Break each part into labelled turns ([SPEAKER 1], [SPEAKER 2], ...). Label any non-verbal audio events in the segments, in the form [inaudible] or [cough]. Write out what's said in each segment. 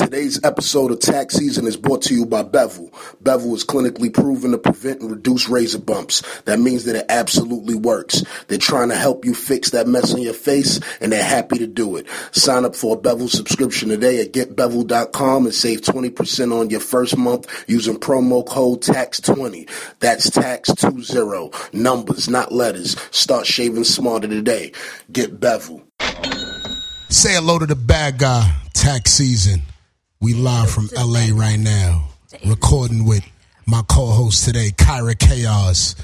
[SPEAKER 1] Today's episode of Tax Season is brought to you by Bevel. Bevel is clinically proven to prevent and reduce razor bumps. That means that it absolutely works. They're trying to help you fix that mess on your face, and they're happy to do it. Sign up for a Bevel subscription today at getbevel.com and save 20% on your first month using promo code TAX20. That's TAX20. Numbers, not letters. Start shaving smarter today. Get Bevel.
[SPEAKER 2] Say hello to the bad guy. Tax season. We live from LA right now. Recording with my co-host today, Kyra Chaos.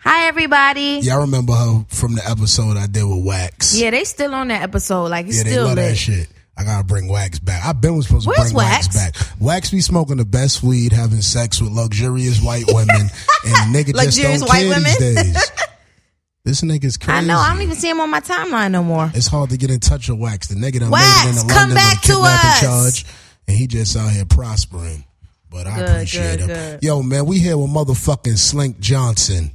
[SPEAKER 3] Hi everybody. Yeah.
[SPEAKER 2] Yeah, I remember her from the episode I did with Wax.
[SPEAKER 3] they still on that episode. Like it's
[SPEAKER 2] Yeah, they
[SPEAKER 3] still
[SPEAKER 2] love that
[SPEAKER 3] lit.
[SPEAKER 2] shit. I gotta bring Wax back. I been was supposed to
[SPEAKER 3] Where's
[SPEAKER 2] bring Wax?
[SPEAKER 3] Wax?
[SPEAKER 2] back. Wax be smoking the best weed, having sex with luxurious white women, and the
[SPEAKER 3] [laughs]
[SPEAKER 2] nigga just
[SPEAKER 3] Luxurious
[SPEAKER 2] don't
[SPEAKER 3] white
[SPEAKER 2] care
[SPEAKER 3] women?
[SPEAKER 2] these days. this nigga's crazy.
[SPEAKER 3] [laughs] I know. I don't even see him on my timeline no more.
[SPEAKER 2] It's hard to get in touch with Wax. The nigga done
[SPEAKER 3] Wax,
[SPEAKER 2] made it in
[SPEAKER 3] come
[SPEAKER 2] London
[SPEAKER 3] back
[SPEAKER 2] with
[SPEAKER 3] to
[SPEAKER 2] kidnapping
[SPEAKER 3] us.
[SPEAKER 2] charge, and he just out here prospering. But I
[SPEAKER 3] Good,
[SPEAKER 2] appreciate
[SPEAKER 3] good,
[SPEAKER 2] him.
[SPEAKER 3] good.
[SPEAKER 2] Yo, man, we here with motherfucking Slink Johnson.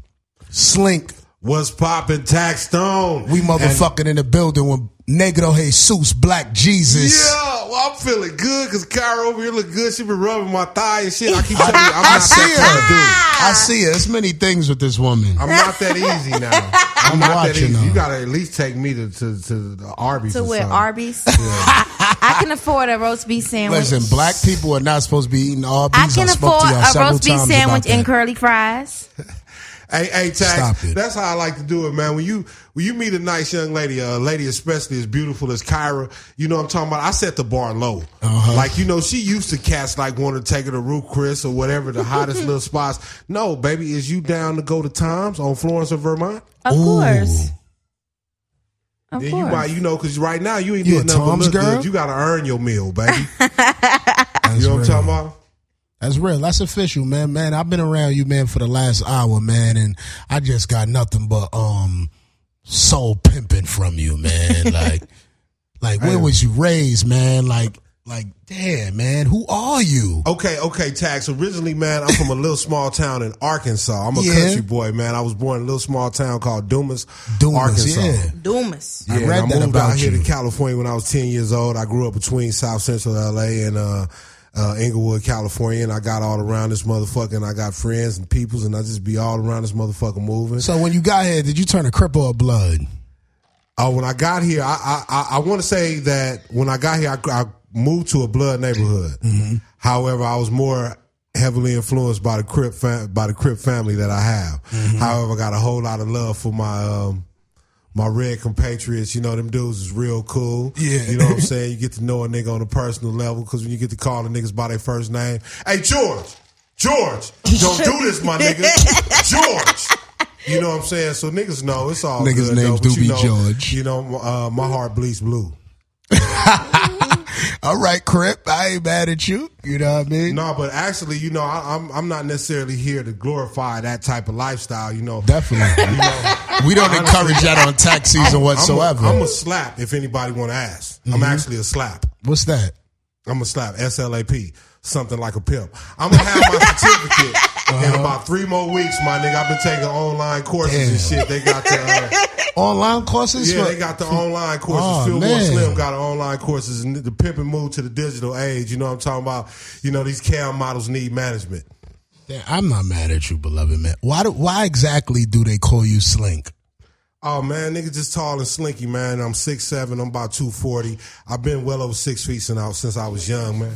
[SPEAKER 2] Slink,
[SPEAKER 4] What's popping, Tax Stone?
[SPEAKER 2] we motherfucking in the building with Negro Jesus, Black Jesus.
[SPEAKER 4] Yeah, well, I'm feeling good because Kyra over here look good. She been rubbing my thigh and shit. I
[SPEAKER 2] [laughs]
[SPEAKER 4] keep telling you, I'm not that
[SPEAKER 2] I see her. It's many things with this woman.
[SPEAKER 4] kind of dude. I'm not that
[SPEAKER 2] [laughs]
[SPEAKER 4] easy now. I'm,
[SPEAKER 2] I'm
[SPEAKER 4] not that
[SPEAKER 2] watching
[SPEAKER 4] easy. You
[SPEAKER 2] her.
[SPEAKER 4] gotta at least take me to to, to the Arby's.
[SPEAKER 3] To
[SPEAKER 4] or
[SPEAKER 3] where
[SPEAKER 4] something.
[SPEAKER 3] Arby's. I, [laughs] I can afford a roast beef sandwich.
[SPEAKER 2] Listen, black people are not supposed to be eating all
[SPEAKER 3] I
[SPEAKER 2] bees.
[SPEAKER 3] can
[SPEAKER 2] spoke
[SPEAKER 3] afford
[SPEAKER 2] to y'all
[SPEAKER 3] a
[SPEAKER 2] several
[SPEAKER 3] roast beef
[SPEAKER 2] times
[SPEAKER 3] sandwich
[SPEAKER 2] about
[SPEAKER 3] and
[SPEAKER 2] that.
[SPEAKER 3] curly fries.
[SPEAKER 4] Hey, hey,
[SPEAKER 2] Stop
[SPEAKER 4] Tax.
[SPEAKER 2] it.
[SPEAKER 4] That's how I like to do it, man. When you when you meet a nice young lady, a lady especially as beautiful as Kyra, you know what I'm talking about. I set the bar low.
[SPEAKER 2] Uh-huh.
[SPEAKER 4] Like you know, she used to cats like want to take her to Ruth Chris or whatever
[SPEAKER 2] [laughs]
[SPEAKER 4] the hottest little spots. No, baby, is you down to go to Tom's on Florence or Vermont?
[SPEAKER 3] Of
[SPEAKER 2] Ooh.
[SPEAKER 3] course. Of
[SPEAKER 4] Then you
[SPEAKER 3] course.
[SPEAKER 4] might, you know, because right now you ain't
[SPEAKER 2] You a
[SPEAKER 4] doing nothing but
[SPEAKER 2] Tom's
[SPEAKER 4] look
[SPEAKER 2] girl?
[SPEAKER 4] good. You got to earn your meal, baby.
[SPEAKER 2] [laughs] That's
[SPEAKER 4] you know what I'm
[SPEAKER 2] real.
[SPEAKER 4] talking about?
[SPEAKER 2] That's real. That's official, man. Man, I've been around you, man, for the last hour, man, and I just got nothing but um soul pimping from you, [laughs] man. like, like where was you raised, man? Like, like, damn, man, who are you?
[SPEAKER 4] Okay, okay, Tax. Originally, man, I'm from a little small town in Arkansas. I'm a
[SPEAKER 2] Yeah.
[SPEAKER 4] country boy, man. I was born in a little small town called Dumas,
[SPEAKER 2] Dumas,
[SPEAKER 4] Arkansas.
[SPEAKER 2] yeah.
[SPEAKER 3] Dumas.
[SPEAKER 2] I
[SPEAKER 4] Yeah, and
[SPEAKER 2] read
[SPEAKER 4] I
[SPEAKER 2] that
[SPEAKER 4] moved
[SPEAKER 2] about
[SPEAKER 4] out here
[SPEAKER 2] you.
[SPEAKER 4] to California when I was 10 years old. I grew up between South Central LA and uh, uh, Inglewood, California, and I got all around this motherfucker, and I got friends and peoples, and I just be all around this motherfucker moving.
[SPEAKER 2] So when you got here, did you turn a cripple or blood?
[SPEAKER 4] Uh, when I got here, I I, I, I want to say that when I got here, I, I moved to a blood neighborhood. However, I was more heavily influenced by the Crip fam- by the Crip family that I have. However, I got a whole lot of love for my um, my red compatriots. You know, them dudes is real cool.
[SPEAKER 2] Yeah.
[SPEAKER 4] you know what I'm saying. You get to know a nigga on a personal level because when you get to call the niggas by their first name, hey George, George, don't do this, my nigga, George. You know what I'm saying? So niggas know it's all
[SPEAKER 2] Niggas'
[SPEAKER 4] good,
[SPEAKER 2] names
[SPEAKER 4] though, but
[SPEAKER 2] do
[SPEAKER 4] you
[SPEAKER 2] be
[SPEAKER 4] know,
[SPEAKER 2] George.
[SPEAKER 4] You know, uh, my heart bleeds blue.
[SPEAKER 2] All right, crip, I ain't mad at you. You know what I mean?
[SPEAKER 4] No, but actually, you know, I, I'm I'm not necessarily here to glorify that type of lifestyle. You know,
[SPEAKER 2] [laughs] Definitely. we don't encourage that on tax season whatsoever. Mm-hmm.
[SPEAKER 4] I'm a, I'm a slap. If anybody want to ask, I'm actually a slap.
[SPEAKER 2] What's that?
[SPEAKER 4] I'm a slap. S L A P. Something like a pimp. I'm gonna have
[SPEAKER 2] [laughs]
[SPEAKER 4] my certificate
[SPEAKER 2] Uh-huh.
[SPEAKER 4] in about three more weeks, my nigga. I've been taking online courses
[SPEAKER 2] Damn.
[SPEAKER 4] and shit. They got the. Uh,
[SPEAKER 2] Online courses?
[SPEAKER 4] Yeah,
[SPEAKER 2] for-
[SPEAKER 4] they got the online courses.
[SPEAKER 2] Oh,
[SPEAKER 4] Feel More
[SPEAKER 2] man.
[SPEAKER 4] Slim got online courses, and the pimp and move to the digital age. You know what I'm talking about? You know these cam models need management.
[SPEAKER 2] Yeah, I'm not mad at you, beloved man. Why do why exactly do they call you Slink?
[SPEAKER 4] Oh man, nigga, just tall and slinky, man. I'm six seven. I'm about two forty. I've been well over six feet since I, since I was young, man.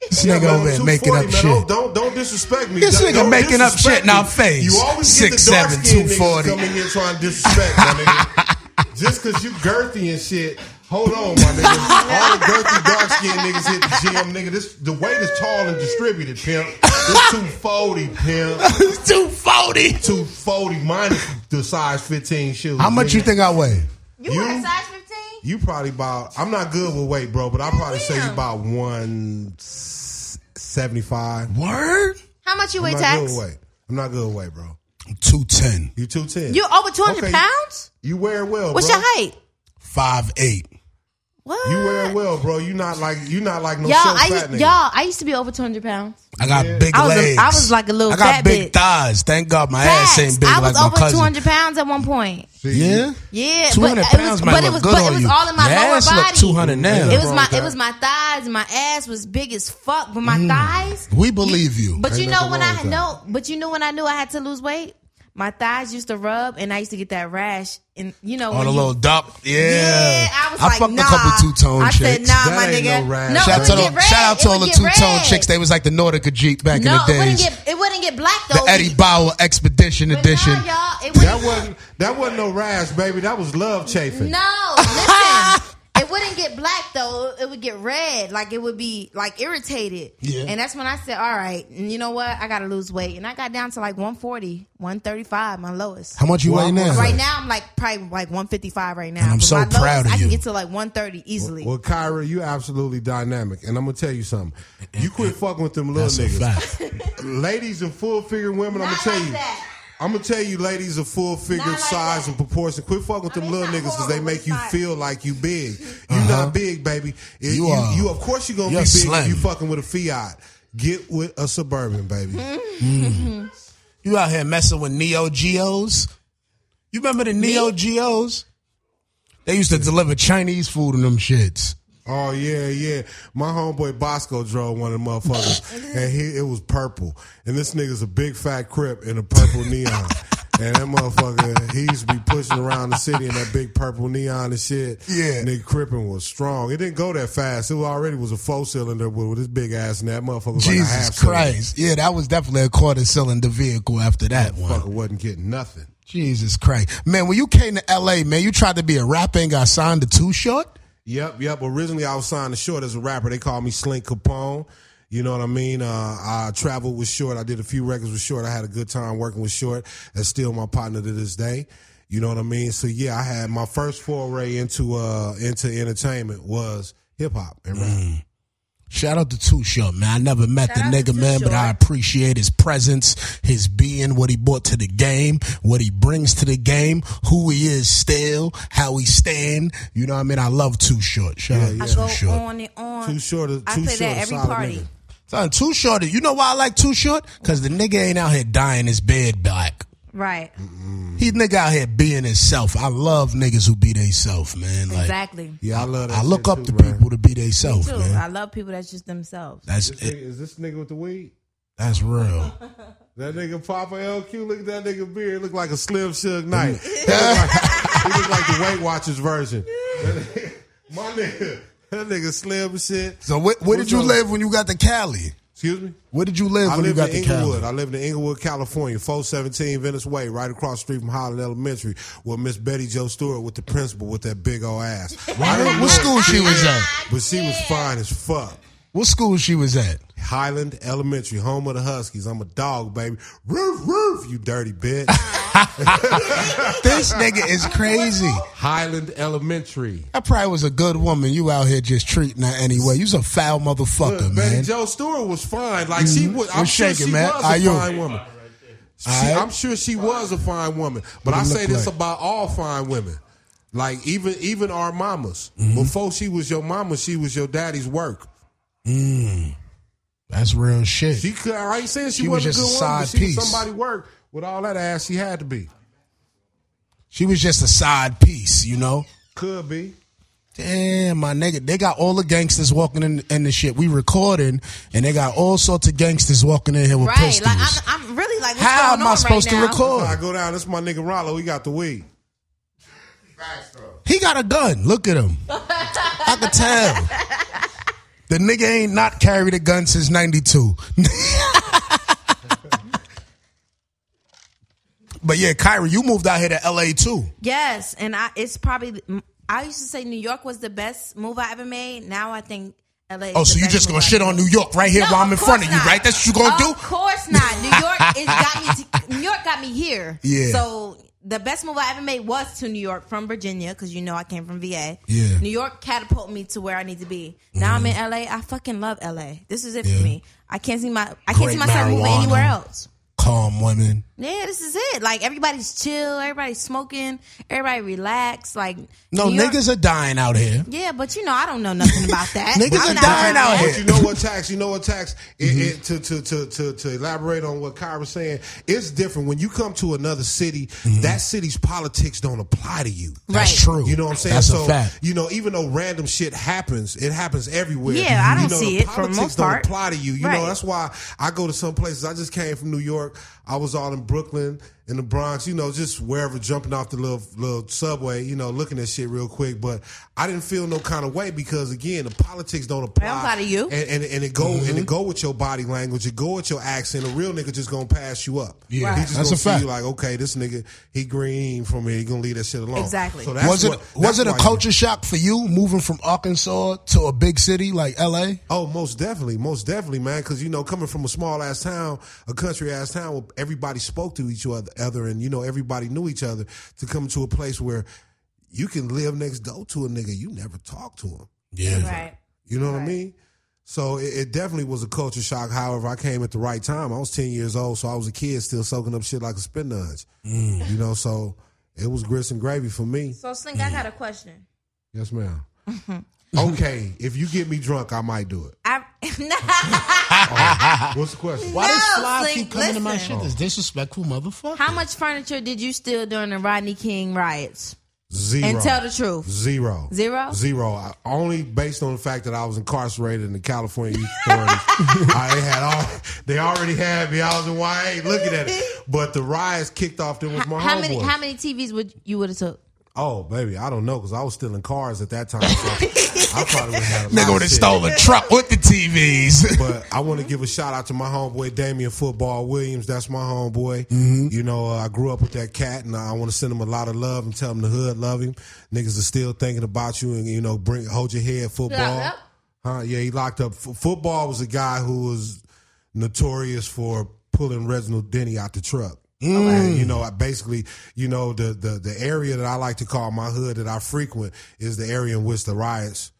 [SPEAKER 2] This
[SPEAKER 4] Yeah,
[SPEAKER 2] nigga
[SPEAKER 4] man,
[SPEAKER 2] over here
[SPEAKER 4] I'm
[SPEAKER 2] making up
[SPEAKER 4] 240,
[SPEAKER 2] shit.
[SPEAKER 4] man. Don't, don't don't disrespect me.
[SPEAKER 2] This
[SPEAKER 4] Don't-
[SPEAKER 2] nigga
[SPEAKER 4] don't
[SPEAKER 2] making up shit in
[SPEAKER 4] disrespect me.
[SPEAKER 2] our face.
[SPEAKER 4] You always
[SPEAKER 2] Six,
[SPEAKER 4] get the dark
[SPEAKER 2] seven,
[SPEAKER 4] skinned niggas
[SPEAKER 2] 240.
[SPEAKER 4] coming here trying to disrespect, my nigga. Just because you girthy and shit. Hold on, my nigga. All the girthy, dark skinned niggas hit the gym, nigga. This the weight is tall and distributed, pimp. This two forty, pimp.
[SPEAKER 2] 240.
[SPEAKER 4] Two forty minus the size fifteen shoes.
[SPEAKER 2] How much
[SPEAKER 4] nigga.
[SPEAKER 2] you think I weigh?
[SPEAKER 3] You,
[SPEAKER 4] You-
[SPEAKER 3] want a size 15?
[SPEAKER 4] You probably about. I'm not good with weight, bro, but I probably say you
[SPEAKER 3] Damn.
[SPEAKER 4] about one seventy five.
[SPEAKER 2] Word?
[SPEAKER 3] How much you weigh,
[SPEAKER 4] I'm not
[SPEAKER 3] Tax?
[SPEAKER 4] good with weight. I'm not good with weight, bro.
[SPEAKER 2] 210.
[SPEAKER 4] You two ten.
[SPEAKER 3] You over 200
[SPEAKER 4] Okay.
[SPEAKER 3] pounds?
[SPEAKER 4] You wear it well.
[SPEAKER 3] What's
[SPEAKER 4] bro.
[SPEAKER 3] your height?
[SPEAKER 2] 5'8.
[SPEAKER 3] What?
[SPEAKER 4] You wear well, bro. You not like you not like no
[SPEAKER 5] Y'all,
[SPEAKER 4] silk
[SPEAKER 5] I
[SPEAKER 4] fat
[SPEAKER 5] used,
[SPEAKER 4] nigga.
[SPEAKER 5] y'all, I used to be over 200 pounds.
[SPEAKER 2] I got big
[SPEAKER 3] I was a-
[SPEAKER 2] legs.
[SPEAKER 3] I was like a little
[SPEAKER 2] I got
[SPEAKER 3] fat
[SPEAKER 2] big
[SPEAKER 3] bitch.
[SPEAKER 2] thighs. Thank God my ass
[SPEAKER 3] Facts.
[SPEAKER 2] ain't big
[SPEAKER 3] I
[SPEAKER 2] like
[SPEAKER 3] was
[SPEAKER 2] my
[SPEAKER 3] over
[SPEAKER 2] cousin.
[SPEAKER 3] 200 pounds at one point.
[SPEAKER 2] Yeah.
[SPEAKER 3] Yeah,
[SPEAKER 2] Two
[SPEAKER 3] but
[SPEAKER 2] hundred
[SPEAKER 3] it
[SPEAKER 2] pounds
[SPEAKER 3] was,
[SPEAKER 2] might
[SPEAKER 3] but
[SPEAKER 2] look
[SPEAKER 3] it was,
[SPEAKER 2] good
[SPEAKER 3] but
[SPEAKER 2] on
[SPEAKER 3] it was
[SPEAKER 2] you.
[SPEAKER 3] all in my
[SPEAKER 2] Your
[SPEAKER 3] lower
[SPEAKER 2] ass
[SPEAKER 3] body.
[SPEAKER 2] look two hundred now.
[SPEAKER 3] It was
[SPEAKER 4] wrong
[SPEAKER 3] my
[SPEAKER 4] with
[SPEAKER 3] it
[SPEAKER 4] that.
[SPEAKER 3] was my thighs. My ass was big as fuck, but
[SPEAKER 2] Mm.
[SPEAKER 3] my thighs.
[SPEAKER 2] we believe you.
[SPEAKER 3] But you
[SPEAKER 4] Ain't
[SPEAKER 3] know
[SPEAKER 4] nothing
[SPEAKER 3] when
[SPEAKER 4] wrong
[SPEAKER 3] I
[SPEAKER 4] with that.
[SPEAKER 3] know, but you knew when I knew I had to lose weight. My thighs used to rub, and I used to get that rash, and you know,
[SPEAKER 2] on
[SPEAKER 3] when
[SPEAKER 2] a
[SPEAKER 3] you-
[SPEAKER 2] little duck. Yeah.
[SPEAKER 3] Yeah, I was like,
[SPEAKER 2] fucked
[SPEAKER 3] nah.
[SPEAKER 2] a couple two tone
[SPEAKER 3] I
[SPEAKER 2] chicks.
[SPEAKER 3] said, nah,
[SPEAKER 4] That
[SPEAKER 3] my
[SPEAKER 4] ain't
[SPEAKER 3] nigga.
[SPEAKER 4] no rash.
[SPEAKER 3] No,
[SPEAKER 2] Shout
[SPEAKER 3] it
[SPEAKER 2] out,
[SPEAKER 3] would
[SPEAKER 2] to the,
[SPEAKER 3] get red.
[SPEAKER 2] shout out to
[SPEAKER 3] It
[SPEAKER 2] all
[SPEAKER 3] would
[SPEAKER 2] the
[SPEAKER 3] get
[SPEAKER 2] two tone
[SPEAKER 3] red.
[SPEAKER 2] chicks. They was like the Nordica Jeep back
[SPEAKER 3] no,
[SPEAKER 2] in the
[SPEAKER 3] it wouldn't
[SPEAKER 2] days.
[SPEAKER 3] get it wouldn't get black though.
[SPEAKER 2] the Eddie Bauer Expedition
[SPEAKER 3] But
[SPEAKER 2] Edition.
[SPEAKER 3] No, y'all, it
[SPEAKER 4] That
[SPEAKER 3] wouldn't.
[SPEAKER 4] wasn't that wasn't no rash, baby. That was love
[SPEAKER 2] [laughs]
[SPEAKER 4] chafing.
[SPEAKER 3] No, listen. It wouldn't get black though. It would get red. Like it would be like irritated.
[SPEAKER 2] Yeah.
[SPEAKER 3] And that's when I said, all right, you know what? I got to lose weight. And I got down to like 140, 135, my lowest.
[SPEAKER 2] How much you
[SPEAKER 4] Well,
[SPEAKER 2] weigh
[SPEAKER 4] I'm
[SPEAKER 2] now?
[SPEAKER 4] gonna-
[SPEAKER 3] Right now, I'm like probably like 155 right now.
[SPEAKER 2] And I'm
[SPEAKER 3] But
[SPEAKER 2] so
[SPEAKER 3] my
[SPEAKER 2] proud
[SPEAKER 3] lowest,
[SPEAKER 2] of
[SPEAKER 3] I
[SPEAKER 2] you.
[SPEAKER 3] can get to like 130 easily.
[SPEAKER 4] Well, Kyra, you absolutely dynamic, and I'm gonna tell you something. You quit fucking with them little
[SPEAKER 2] That's a
[SPEAKER 4] niggas,
[SPEAKER 2] fact.
[SPEAKER 4] ladies and full figure women. I'm gonna
[SPEAKER 3] Not
[SPEAKER 4] tell
[SPEAKER 3] like
[SPEAKER 4] you.
[SPEAKER 3] that.
[SPEAKER 4] I'm gonna tell you, ladies of full figure
[SPEAKER 3] Not like that.
[SPEAKER 4] size and proportion. Quit fucking with them
[SPEAKER 3] mean,
[SPEAKER 4] little
[SPEAKER 3] it's not
[SPEAKER 4] niggas because they
[SPEAKER 3] horrible,
[SPEAKER 4] make
[SPEAKER 3] it's
[SPEAKER 4] you
[SPEAKER 3] not-
[SPEAKER 4] feel like you big. You not big, baby. If
[SPEAKER 2] Uh-huh. You
[SPEAKER 4] you,
[SPEAKER 2] are-
[SPEAKER 4] you- of course you're gonna
[SPEAKER 2] you're
[SPEAKER 4] be big if
[SPEAKER 2] slim.
[SPEAKER 4] you fucking with a Fiat. Get with a suburban, baby.
[SPEAKER 2] You out here messing with Neo Geos? You remember the Neo Geos? They used to deliver Chinese food in them shits.
[SPEAKER 4] Oh yeah, yeah. My homeboy Bosco drove one of
[SPEAKER 2] [laughs]
[SPEAKER 4] the motherfuckers, and he it was purple. And this nigga's a big fat crip in a purple
[SPEAKER 2] [laughs]
[SPEAKER 4] neon. And that motherfucker, he used to be pushing around the city in that big purple neon and shit.
[SPEAKER 2] Yeah.
[SPEAKER 4] Nigga Crippin was strong. It didn't go that fast. It was already was a four cylinder with, with his big ass and that motherfucker was like a half
[SPEAKER 2] Jesus
[SPEAKER 4] cylinder.
[SPEAKER 2] Christ. Yeah, that was definitely a quarter cylinder vehicle after that one.
[SPEAKER 4] Motherfucker wasn't getting nothing.
[SPEAKER 2] Jesus Christ. Man, when you came to LA, man, you tried to be a rapper and got signed to Too Short?
[SPEAKER 4] Yep, yep. Originally, I was signed to Short as a rapper. They called me Slink Capone. You know what I mean? Uh, I traveled with Short. I did a few records with Short. I had a good time working with Short. That's still my partner to this day. You know what I mean? So yeah, I had my first foray into uh into entertainment was hip hop and rap.
[SPEAKER 2] Mm. Shout out to Too Short, man. I never met
[SPEAKER 3] Shout
[SPEAKER 2] the
[SPEAKER 3] out to
[SPEAKER 2] nigga,
[SPEAKER 3] Too
[SPEAKER 2] man, but
[SPEAKER 3] Short.
[SPEAKER 2] I appreciate his presence, his being, what he brought to the game, what he brings to the game, who he is still, how he stand. You know what I mean? I love Too Short. Shout out
[SPEAKER 3] I
[SPEAKER 2] to
[SPEAKER 3] go
[SPEAKER 2] Too Short.
[SPEAKER 3] on and on.
[SPEAKER 4] Too short. Too
[SPEAKER 3] I play
[SPEAKER 4] short.
[SPEAKER 3] that every
[SPEAKER 4] solid
[SPEAKER 3] party.
[SPEAKER 4] nigga.
[SPEAKER 2] Son, Too Short, you know why I like Too Short? Because the nigga ain't out here dying his bed black.
[SPEAKER 3] Right.
[SPEAKER 2] He nigga out here being himself. I love niggas who be they self, man. Like,
[SPEAKER 3] Exactly.
[SPEAKER 4] Yeah, I love. That
[SPEAKER 2] I look
[SPEAKER 4] shit
[SPEAKER 2] up
[SPEAKER 4] too,
[SPEAKER 2] to
[SPEAKER 4] man.
[SPEAKER 2] people to be they self,
[SPEAKER 3] Too.
[SPEAKER 2] man.
[SPEAKER 3] I love people that's just themselves.
[SPEAKER 2] That's
[SPEAKER 4] This
[SPEAKER 2] it.
[SPEAKER 4] nigga- Is this nigga with the weed?
[SPEAKER 2] That's real.
[SPEAKER 4] That nigga Papa LQ, look at that nigga beard. Look like a Slim Shug Knight. he, look like,
[SPEAKER 2] [laughs]
[SPEAKER 4] he look like the Weight Watchers version. That nigga- My nigga, that nigga Slim and shit.
[SPEAKER 2] So where, where did
[SPEAKER 4] What's
[SPEAKER 2] you
[SPEAKER 4] up?
[SPEAKER 2] live when you got to Cali?
[SPEAKER 4] Excuse me.
[SPEAKER 2] Where did you live
[SPEAKER 4] I
[SPEAKER 2] when you
[SPEAKER 4] live
[SPEAKER 2] got
[SPEAKER 4] in
[SPEAKER 2] to Cali?
[SPEAKER 4] Inglewood. I live in Inglewood, California, 417 Venice Way, right across the street from Holland Elementary, where Miss Betty Joe Stewart with the principal with that big old ass. I didn't
[SPEAKER 2] What
[SPEAKER 4] know
[SPEAKER 2] school she was at?
[SPEAKER 4] But she was fine as fuck.
[SPEAKER 2] What school she was at?
[SPEAKER 4] Highland Elementary, home of the Huskies. I'm a dog, baby. Roof, roof, you
[SPEAKER 2] [laughs]
[SPEAKER 4] dirty bitch. [laughs]
[SPEAKER 2] This nigga is crazy.
[SPEAKER 4] Highland Elementary.
[SPEAKER 2] That probably was a good woman. You out here just treating her anyway. You's a foul motherfucker,
[SPEAKER 4] Look,
[SPEAKER 2] man.
[SPEAKER 4] Betty Joe Stewart was fine. Like she was, I'm
[SPEAKER 2] We're
[SPEAKER 4] sure
[SPEAKER 2] shaking,
[SPEAKER 4] she
[SPEAKER 2] man.
[SPEAKER 4] was
[SPEAKER 2] Are
[SPEAKER 4] a
[SPEAKER 2] you-
[SPEAKER 4] fine woman. She,
[SPEAKER 2] right.
[SPEAKER 4] I'm sure she was a fine woman. But I
[SPEAKER 2] it
[SPEAKER 4] say
[SPEAKER 2] look
[SPEAKER 4] this
[SPEAKER 2] like?
[SPEAKER 4] about all fine women. Like even even our mamas.
[SPEAKER 2] Mm-hmm.
[SPEAKER 4] Before she was your mama, she was your daddy's work.
[SPEAKER 2] That's real shit.
[SPEAKER 4] She could. I ain't saying she,
[SPEAKER 2] She was
[SPEAKER 4] wasn't
[SPEAKER 2] just a
[SPEAKER 4] a good woman, but
[SPEAKER 2] side
[SPEAKER 4] she
[SPEAKER 2] piece.
[SPEAKER 4] was somebody work with all that ass. She had to be.
[SPEAKER 2] She was just a side piece, you know?
[SPEAKER 4] Could be.
[SPEAKER 2] Damn, my nigga. They got all the gangsters walking in, in the shit. We recording, and they got all sorts of gangsters walking in here with
[SPEAKER 3] Right.
[SPEAKER 2] pistols.
[SPEAKER 3] Like I'm, I'm really like, what's
[SPEAKER 2] How am
[SPEAKER 3] going on
[SPEAKER 2] I
[SPEAKER 3] right
[SPEAKER 2] supposed to
[SPEAKER 3] now?
[SPEAKER 4] I
[SPEAKER 2] record?
[SPEAKER 4] go down. This my nigga Rollo. He got the weed.
[SPEAKER 2] He got a gun. Look at him. I could tell. The nigga ain't not carried a gun since 92. [laughs] but yeah, Kyra, you moved out here to LA too.
[SPEAKER 3] Yes, and I it's probably I used to say New York was the best move I ever made. Now I think LA. is
[SPEAKER 2] Oh, so
[SPEAKER 3] the
[SPEAKER 2] you
[SPEAKER 3] best
[SPEAKER 2] just
[SPEAKER 3] move
[SPEAKER 2] gonna
[SPEAKER 3] I've
[SPEAKER 2] shit
[SPEAKER 3] made.
[SPEAKER 2] on New York right here
[SPEAKER 3] No,
[SPEAKER 2] while I'm in
[SPEAKER 3] course
[SPEAKER 2] front of you,
[SPEAKER 3] not. Oh.
[SPEAKER 2] right? That's what you gonna
[SPEAKER 3] Of course not. New
[SPEAKER 2] [laughs]
[SPEAKER 3] York is got me. To, New York got me here.
[SPEAKER 2] Yeah.
[SPEAKER 3] So the best move I ever made was to New York from Virginia because you know I came from VA.
[SPEAKER 2] Yeah. Mm-hmm.
[SPEAKER 3] New York catapulted me to where I need to be. Now I'm in LA. I fucking love LA. This is it
[SPEAKER 2] Yeah.
[SPEAKER 3] for me. I can't see my I
[SPEAKER 2] Great
[SPEAKER 3] can't see myself moving
[SPEAKER 2] marijuana.
[SPEAKER 3] anywhere else.
[SPEAKER 2] do? calm women.
[SPEAKER 3] Yeah, this is it. Like everybody's chill, everybody's smoking, everybody relaxed. Like
[SPEAKER 2] No,
[SPEAKER 3] New York-
[SPEAKER 2] niggas are dying out here.
[SPEAKER 3] Yeah, but you know I don't know nothing about that.
[SPEAKER 2] [laughs] Niggas
[SPEAKER 3] I'm
[SPEAKER 2] are
[SPEAKER 3] not
[SPEAKER 2] dying
[SPEAKER 3] about
[SPEAKER 2] out
[SPEAKER 3] that.
[SPEAKER 2] here. Mm-hmm.
[SPEAKER 4] But you know what tax? You know what tax? It, it- to, to, to, to, to elaborate on what Kyra's saying, it's different. When you come to another city,
[SPEAKER 2] Mm-hmm.
[SPEAKER 4] that city's politics don't apply to you.
[SPEAKER 2] That's
[SPEAKER 3] Right.
[SPEAKER 2] true.
[SPEAKER 4] You know what I'm saying?
[SPEAKER 2] That's
[SPEAKER 4] so
[SPEAKER 2] a fact.
[SPEAKER 4] you know, even though random shit happens, it happens everywhere.
[SPEAKER 3] Yeah, I
[SPEAKER 4] you
[SPEAKER 3] don't
[SPEAKER 4] know,
[SPEAKER 3] see
[SPEAKER 4] the
[SPEAKER 3] it for
[SPEAKER 4] Politics
[SPEAKER 3] most
[SPEAKER 4] don't
[SPEAKER 3] part.
[SPEAKER 4] apply to you. You know,
[SPEAKER 3] Right.
[SPEAKER 4] that's why I go to some places. I just came from New York. I was all in Brooklyn, in the Bronx. You know, just wherever jumping off the little little subway. You know, looking at shit real quick. But I didn't feel no kind of way because again, the politics don't apply.
[SPEAKER 3] don't apply to you.
[SPEAKER 4] And and, and it go and
[SPEAKER 2] Mm-hmm.
[SPEAKER 4] it go with your body language. It go with your accent. A real nigga just gonna pass you up.
[SPEAKER 2] Yeah. Right.
[SPEAKER 4] he just
[SPEAKER 2] That's
[SPEAKER 4] gonna
[SPEAKER 2] a
[SPEAKER 4] see
[SPEAKER 2] fact.
[SPEAKER 4] you like, okay, this nigga he green from here. He gonna leave that shit alone.
[SPEAKER 3] Exactly.
[SPEAKER 4] Oh, So that's
[SPEAKER 2] Was it
[SPEAKER 4] what-
[SPEAKER 2] was
[SPEAKER 4] that's
[SPEAKER 2] it a
[SPEAKER 4] why you-
[SPEAKER 2] culture shock for you moving from Arkansas to a big city like L.A.?
[SPEAKER 4] Oh, most definitely, most definitely, man. Because you know, coming from a small ass town, a country ass town, where everybody spoke to each other, other, and you know, everybody knew each other. To come to a place where you can live next door to a nigga, you never talk to him.
[SPEAKER 2] Yeah,
[SPEAKER 3] Right.
[SPEAKER 4] You know what I mean? So it, it definitely was a culture shock. However, I came at the right time. I was ten years old, so I was a kid still soaking up shit like a spin nudge.
[SPEAKER 2] Mm.
[SPEAKER 4] You know, so it was grits and gravy for me.
[SPEAKER 3] So Slink, I got a question.
[SPEAKER 4] Yes,
[SPEAKER 3] [laughs]
[SPEAKER 4] ma'am. okay, if you get me drunk, I might do it.
[SPEAKER 3] I [laughs]
[SPEAKER 4] What's the question?
[SPEAKER 2] Why does
[SPEAKER 3] No,
[SPEAKER 2] Fly
[SPEAKER 3] Slink,
[SPEAKER 2] keep coming to my
[SPEAKER 3] listen.
[SPEAKER 2] shit? This disrespectful motherfucker.
[SPEAKER 3] How much furniture did you steal during the Rodney King riots?
[SPEAKER 4] Zero.
[SPEAKER 3] And tell the truth.
[SPEAKER 4] Zero.
[SPEAKER 3] Zero?
[SPEAKER 4] Zero. I, only based on the fact that I was incarcerated in the California Youth Authority. [laughs] I they had all they already had me. I was in YA looking at it. But the riots kicked off. There was my
[SPEAKER 3] How many
[SPEAKER 4] homeboy.
[SPEAKER 3] how many TVs would you would have took?
[SPEAKER 4] oh, baby, I don't know because I was stealing cars at that time. So
[SPEAKER 3] [laughs]
[SPEAKER 4] I probably would have had a lot
[SPEAKER 2] Nigga
[SPEAKER 4] of
[SPEAKER 2] would have
[SPEAKER 4] shit.
[SPEAKER 2] stole a truck with the TVs.
[SPEAKER 4] But I want to give a shout out to my homeboy Damian Football Williams. That's my homeboy. You know, uh, I grew up with that cat, and I want to send him a lot of love and tell him the hood love him. Niggas are still thinking about you, and you know, bring hold your head. Football,
[SPEAKER 3] up?
[SPEAKER 4] huh? Yeah, he locked up. F- football was a guy who was notorious for pulling Reginald Denny out the truck.
[SPEAKER 2] Mm.
[SPEAKER 4] And, you know, I basically, you know, the, the the area that I like to call my hood that I frequent is the area in which the riots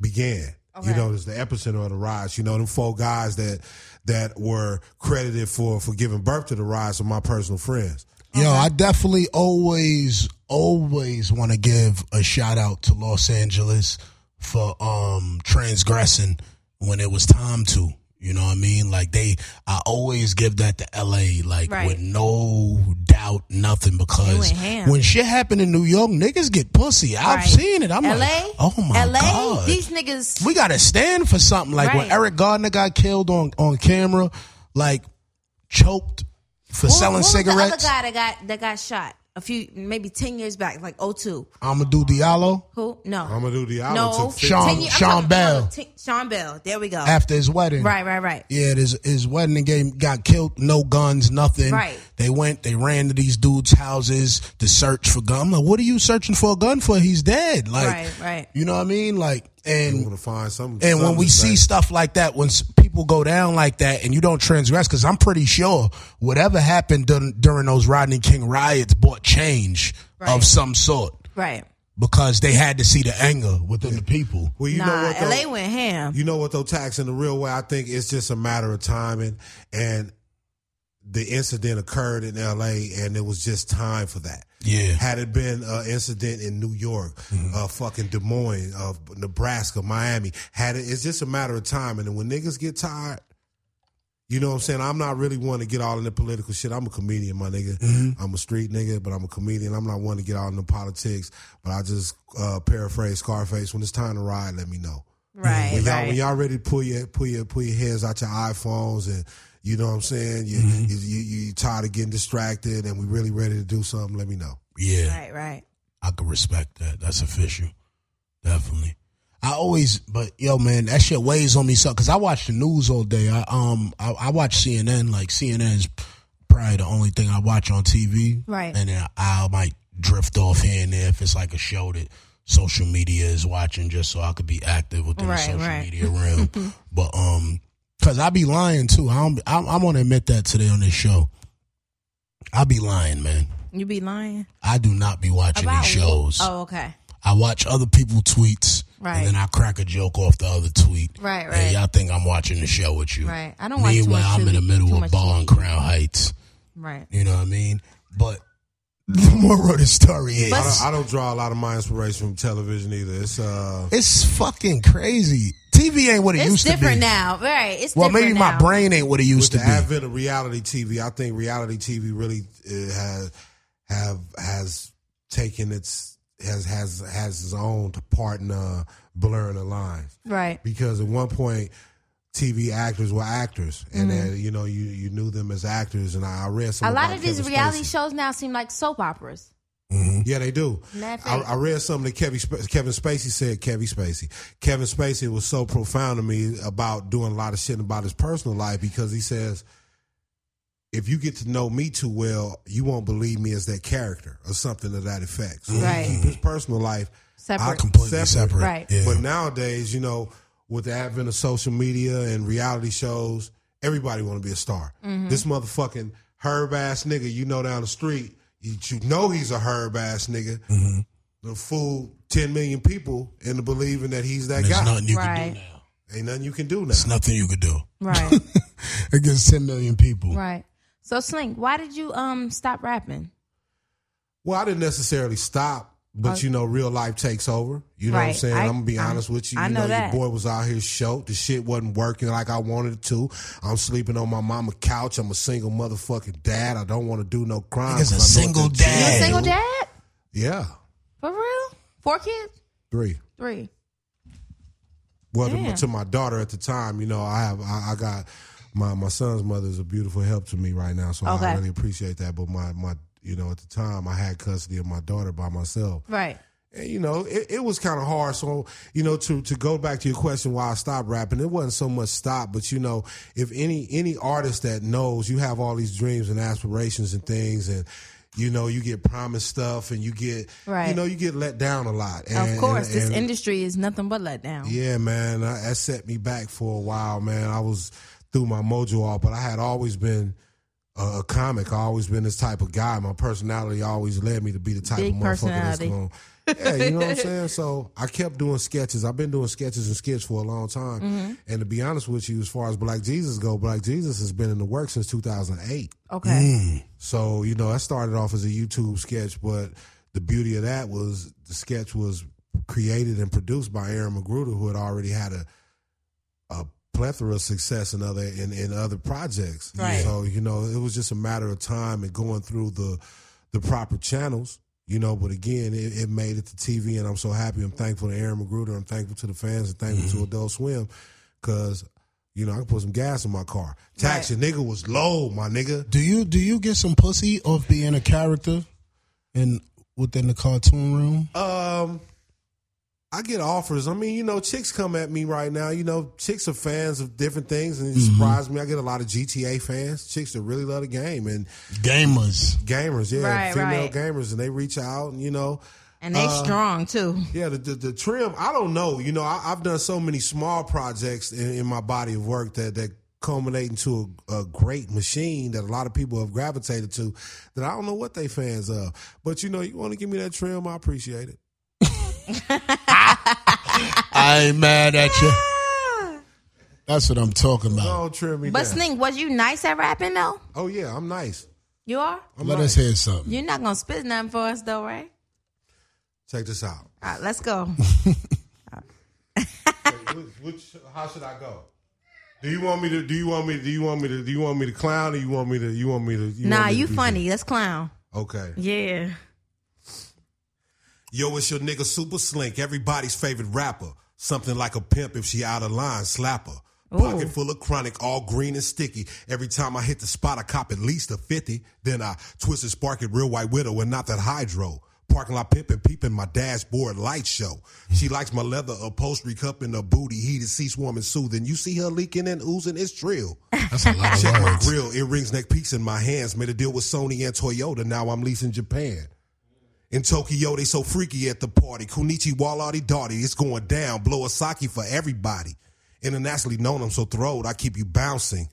[SPEAKER 4] began. You know, it's the epicenter of the riots. You know, them four guys that that were credited for for giving birth to the riots are my personal friends.
[SPEAKER 2] [laughs] Yo, I definitely always, always want to give a shout out to Los Angeles for um transgressing when it was time to. You know what I mean? Like they, I always give that to LA, like
[SPEAKER 3] Right.
[SPEAKER 2] with no doubt, nothing. Because
[SPEAKER 3] went ham.
[SPEAKER 2] when shit happened in New York, niggas get pussy. I've
[SPEAKER 3] Right.
[SPEAKER 2] seen it. I'm
[SPEAKER 3] LA?
[SPEAKER 2] like, oh my
[SPEAKER 3] LA?
[SPEAKER 2] god,
[SPEAKER 3] These niggas
[SPEAKER 2] we gotta stand for something. Like when
[SPEAKER 3] Right.
[SPEAKER 2] Eric Gardner got killed on on camera, like choked for
[SPEAKER 3] Who-
[SPEAKER 2] selling
[SPEAKER 3] who was
[SPEAKER 2] cigarettes.
[SPEAKER 3] The other guy that got that got shot a few maybe ten years back, like 02.
[SPEAKER 2] Amadou Diallo
[SPEAKER 3] Who? No.
[SPEAKER 4] Amadou Diallo
[SPEAKER 3] No.
[SPEAKER 4] took
[SPEAKER 2] Sean-
[SPEAKER 3] 10 year- I'm
[SPEAKER 2] Sean
[SPEAKER 3] talking
[SPEAKER 2] Bell.
[SPEAKER 3] about ten- Sean Bell. There we go.
[SPEAKER 2] after his wedding.
[SPEAKER 3] Right, right, right.
[SPEAKER 2] Yeah, his his wedding game got killed. No guns, nothing.
[SPEAKER 3] Right.
[SPEAKER 2] They went. They ran to these dudes' houses to search for gun. I'm like, what are you searching for a gun for? He's dead. Like,
[SPEAKER 3] Right, right.
[SPEAKER 2] You know what I mean? Like,
[SPEAKER 4] I'm
[SPEAKER 2] and
[SPEAKER 4] gonna find some.
[SPEAKER 2] Mm. and when we see stuff like that, when s- people go down like that, and you don't transgress, because I'm pretty sure whatever happened dur- during those Rodney King riots brought change of some sort
[SPEAKER 3] Right.
[SPEAKER 2] because they had to see the anger within the people.
[SPEAKER 4] well, you know
[SPEAKER 3] nah,
[SPEAKER 4] what though?
[SPEAKER 3] LA went ham.
[SPEAKER 4] You know what though, tax in the real way, I think it's just a matter of timing and the incident occurred in LA and it was just time for that.
[SPEAKER 2] Yeah.
[SPEAKER 4] Had it been an incident in New York, uh, fucking Des Moines, of Nebraska, Miami, had it, it's just a matter of time. And when niggas get tired, you know what I'm saying? I'm not really one to get all in the political shit. I'm a comedian, my nigga. I'm a street nigga, but I'm a comedian. I'm not one to get all in the politics. But I just uh, paraphrase Scarface: When it's time to ride, let me know.
[SPEAKER 3] Right,
[SPEAKER 4] When y'all,
[SPEAKER 3] right.
[SPEAKER 4] when y'all ready to pull your pull your pull your heads out your iPhones and you know what I'm saying? You
[SPEAKER 2] Mm-hmm.
[SPEAKER 4] you, you you tired of getting distracted and we really ready to do something? Let me know.
[SPEAKER 2] Yeah.
[SPEAKER 3] Right, right.
[SPEAKER 2] I could respect that. That's official. Definitely. I always, but yo, man, that shit weighs on me so because I watch the news all day. I um, I, I watch CNN. Like CNN is probably the only thing I watch on TV.
[SPEAKER 3] Right.
[SPEAKER 2] And then I might drift off here and there if it's like a show that social media is watching, just so I could be active within
[SPEAKER 3] Right,
[SPEAKER 2] the social
[SPEAKER 3] right.
[SPEAKER 2] media realm.
[SPEAKER 3] [laughs]
[SPEAKER 2] but um, because I be lying too. I don't, I, I want to admit that today on this show. I be lying, man.
[SPEAKER 3] You be lying.
[SPEAKER 2] I do not be watching
[SPEAKER 3] About
[SPEAKER 2] these shows.
[SPEAKER 3] Oh, okay.
[SPEAKER 2] I watch other people tweets,
[SPEAKER 3] Right.
[SPEAKER 2] and then I crack a joke off the other tweet.
[SPEAKER 3] Right,
[SPEAKER 2] And
[SPEAKER 3] right.
[SPEAKER 2] y'all think I'm watching the show with you.
[SPEAKER 3] Right. I don't watch too
[SPEAKER 2] Meanwhile,
[SPEAKER 3] much
[SPEAKER 2] I'm in the
[SPEAKER 3] TV, too
[SPEAKER 2] middle of
[SPEAKER 3] much
[SPEAKER 2] Ball in
[SPEAKER 3] TV.
[SPEAKER 2] Crown Heights.
[SPEAKER 3] Right.
[SPEAKER 2] You know what I mean? But [laughs] the moral of the story is
[SPEAKER 4] I don't, I don't draw a lot of my inspiration from television either. It's uh,
[SPEAKER 2] it's fucking crazy. TV ain't what it
[SPEAKER 3] It's
[SPEAKER 2] used to be.
[SPEAKER 3] different now. Right. It's
[SPEAKER 2] Well,
[SPEAKER 3] different
[SPEAKER 2] maybe
[SPEAKER 3] now.
[SPEAKER 2] my brain ain't what it
[SPEAKER 4] with
[SPEAKER 2] used
[SPEAKER 4] the
[SPEAKER 2] to be.
[SPEAKER 4] advent of reality TV. I think reality TV really uh, has have has taken its has has has its own part in uh, blurring the lines.
[SPEAKER 3] Right.
[SPEAKER 4] because at one point TV actors were actors, and then you know you you knew them as actors. And I, I read some
[SPEAKER 5] Mm-hmm. A lot
[SPEAKER 4] about
[SPEAKER 5] of these
[SPEAKER 4] Kevin
[SPEAKER 5] reality
[SPEAKER 4] Spacey.
[SPEAKER 5] shows now seem like soap operas.
[SPEAKER 4] Yeah, they do.
[SPEAKER 5] Matter of
[SPEAKER 4] I,
[SPEAKER 5] fact-
[SPEAKER 4] I read something that Kevin Sp- Kevin Spacey said. Kevin Spacey. Kevin Spacey was so profound to me about doing a lot of shit about his personal life because he says, if you get to know me too well, you won't believe me as that character or something to that effect. So he
[SPEAKER 3] Right.
[SPEAKER 4] keep his personal life
[SPEAKER 3] Separate.
[SPEAKER 2] Completely separate.
[SPEAKER 3] Right.
[SPEAKER 2] Yeah.
[SPEAKER 4] But nowadays, you know, with the advent of social media and reality shows, everybody want to be a star.
[SPEAKER 2] Mm-hmm.
[SPEAKER 4] This motherfucking herb ass nigga you know down the street, you, you know he's a herb ass nigga.
[SPEAKER 2] Mm-hmm.
[SPEAKER 4] The fool ten million people into believing that he's that
[SPEAKER 2] There's
[SPEAKER 4] guy.
[SPEAKER 2] nothing you can
[SPEAKER 3] Right.
[SPEAKER 2] do now.
[SPEAKER 4] Ain't nothing you can do now.
[SPEAKER 2] There's nothing you could do
[SPEAKER 3] Right.
[SPEAKER 2] against 10 million people.
[SPEAKER 5] Right.
[SPEAKER 3] so Sling, why did you um stop rapping?
[SPEAKER 4] Well, I didn't necessarily stop, but you know, real life takes over. You know what I'm
[SPEAKER 3] Uh, Right.
[SPEAKER 4] saying?
[SPEAKER 3] I-
[SPEAKER 4] I, am gonna be
[SPEAKER 3] I-
[SPEAKER 4] honest with you.
[SPEAKER 3] I
[SPEAKER 4] you
[SPEAKER 3] know that.
[SPEAKER 4] your boy was out here shook. The shit wasn't working like I wanted it to. I'm sleeping on my mama couch. I'm a single motherfucking dad. I don't want to do no crime.
[SPEAKER 2] Nigga's a
[SPEAKER 4] 'cause I know
[SPEAKER 2] single
[SPEAKER 4] what that
[SPEAKER 2] dad.
[SPEAKER 5] You a
[SPEAKER 4] shit
[SPEAKER 5] single
[SPEAKER 4] do.
[SPEAKER 5] dad?
[SPEAKER 4] Yeah,
[SPEAKER 5] For real? Four kids?
[SPEAKER 4] three.
[SPEAKER 5] Three.
[SPEAKER 4] Well, to, to my daughter at the time, you know, I have I, I got my my son's mother is a beautiful help to me right now, so
[SPEAKER 3] Okay.
[SPEAKER 4] I really appreciate that. But my my you know at the time I had custody of my daughter by myself.
[SPEAKER 3] Right.
[SPEAKER 4] And, you know, it, it was kind of hard. So, you know, to to go back to your question, why I stopped rapping, it wasn't so much stop, but you know, if any any artist that knows you have all these dreams and aspirations and things, and you know, you get promised stuff, and you get you
[SPEAKER 3] Right.
[SPEAKER 4] know, you get let down a lot. And,
[SPEAKER 3] Of course,
[SPEAKER 4] and-
[SPEAKER 3] this
[SPEAKER 4] and-
[SPEAKER 3] industry is nothing but let down.
[SPEAKER 4] yeah, man, I, that set me back for a while, man. I was through my mojo off, but I had always been a, a comic. I always been this type of guy. My personality always led me to be the type
[SPEAKER 3] Big
[SPEAKER 4] of motherfucker that's
[SPEAKER 3] personality.
[SPEAKER 4] going. Yeah, you know what I'm saying. So I kept doing sketches. I've been doing sketches and skits for a long time.
[SPEAKER 3] Mm-hmm.
[SPEAKER 4] And to be honest with you, as far as Black Jesus go, Black Jesus has been in the works since 2008.
[SPEAKER 3] Okay.
[SPEAKER 2] Mm.
[SPEAKER 4] So you know, I started off as a YouTube sketch, but the beauty of that was the sketch was created and produced by Aaron Magruder, who had already had a a plethora of success in other in, in other projects.
[SPEAKER 3] Right.
[SPEAKER 4] So you know, it was just a matter of time and going through the the proper channels. You know, but again, it, it made it to TV, and I'm so happy. I'm thankful to Aaron Magruder. I'm thankful to the fans, and thankful to Adult Swim, because you know I can put some gas in my car. Tax your nigga was low, my nigga.
[SPEAKER 2] Do you do you get some pussy off being a character in within the cartoon room?
[SPEAKER 4] Um, I get offers. I mean, you know, chicks come at me right now. You know, chicks are fans of different things, and it surprised me. I get a lot of GTA fans, chicks that really love the game, and
[SPEAKER 2] Gamers.
[SPEAKER 4] gamers, yeah,
[SPEAKER 3] Right,
[SPEAKER 4] female
[SPEAKER 3] right.
[SPEAKER 4] gamers, and they reach out, and you know,
[SPEAKER 3] And they
[SPEAKER 2] Uh,
[SPEAKER 3] strong too.
[SPEAKER 4] yeah, the, the, the trim. I don't know. You know, I, I've done so many small projects in, in my body of work that that culminate into a, a great machine that a lot of people have gravitated to. That I don't know what they fans of, but you know, you want to give me that trim, I appreciate it.
[SPEAKER 2] I ain't mad at you. That's what I'm talking about.
[SPEAKER 4] Don't trim me
[SPEAKER 3] But
[SPEAKER 4] down.
[SPEAKER 3] Sling, was you nice at rapping though?
[SPEAKER 4] Oh yeah, I'm nice.
[SPEAKER 3] You are.
[SPEAKER 4] I'm
[SPEAKER 2] Let
[SPEAKER 4] nice.
[SPEAKER 2] us hear something.
[SPEAKER 3] You're not gonna spit nothing for us though, right?
[SPEAKER 4] Check this [laughs] out.
[SPEAKER 3] All right,
[SPEAKER 2] [laughs]
[SPEAKER 3] let's go.
[SPEAKER 4] Which, which, how should I go? Do you want me to? Do you want me? Do you want me to? Do you want me to clown? Or you want me to? You want me to? You
[SPEAKER 3] nah,
[SPEAKER 4] want me to
[SPEAKER 3] you
[SPEAKER 4] do-
[SPEAKER 3] funny. Let's clown.
[SPEAKER 4] Okay.
[SPEAKER 3] Yeah.
[SPEAKER 4] Yo, it's your nigga Super Slink, everybody's favorite rapper. Something like a pimp if she out of line, slap her. Pocket full of chronic, all green and sticky. Every time I hit the spot, I cop at least a 50. Then I twist and spark it real white widow and not that hydro. Parking lot pimping, peeping my dashboard light show. She likes my leather upholstery cup and a booty, heated seats warm and soothing. You see her leaking and oozing, it's trill.
[SPEAKER 2] That's a lot
[SPEAKER 3] [laughs]
[SPEAKER 4] Check
[SPEAKER 2] of
[SPEAKER 4] my
[SPEAKER 2] words.
[SPEAKER 4] grill, earrings, neck peaks in my hands. Made a deal with Sony and Toyota. Now I'm leasing Japan. In Tokyo, they so freaky at the party. Kunichi Walardi Darty, it's going down. Blow a sake for everybody. Internationally known, I'm so thrilled. I keep you bouncing.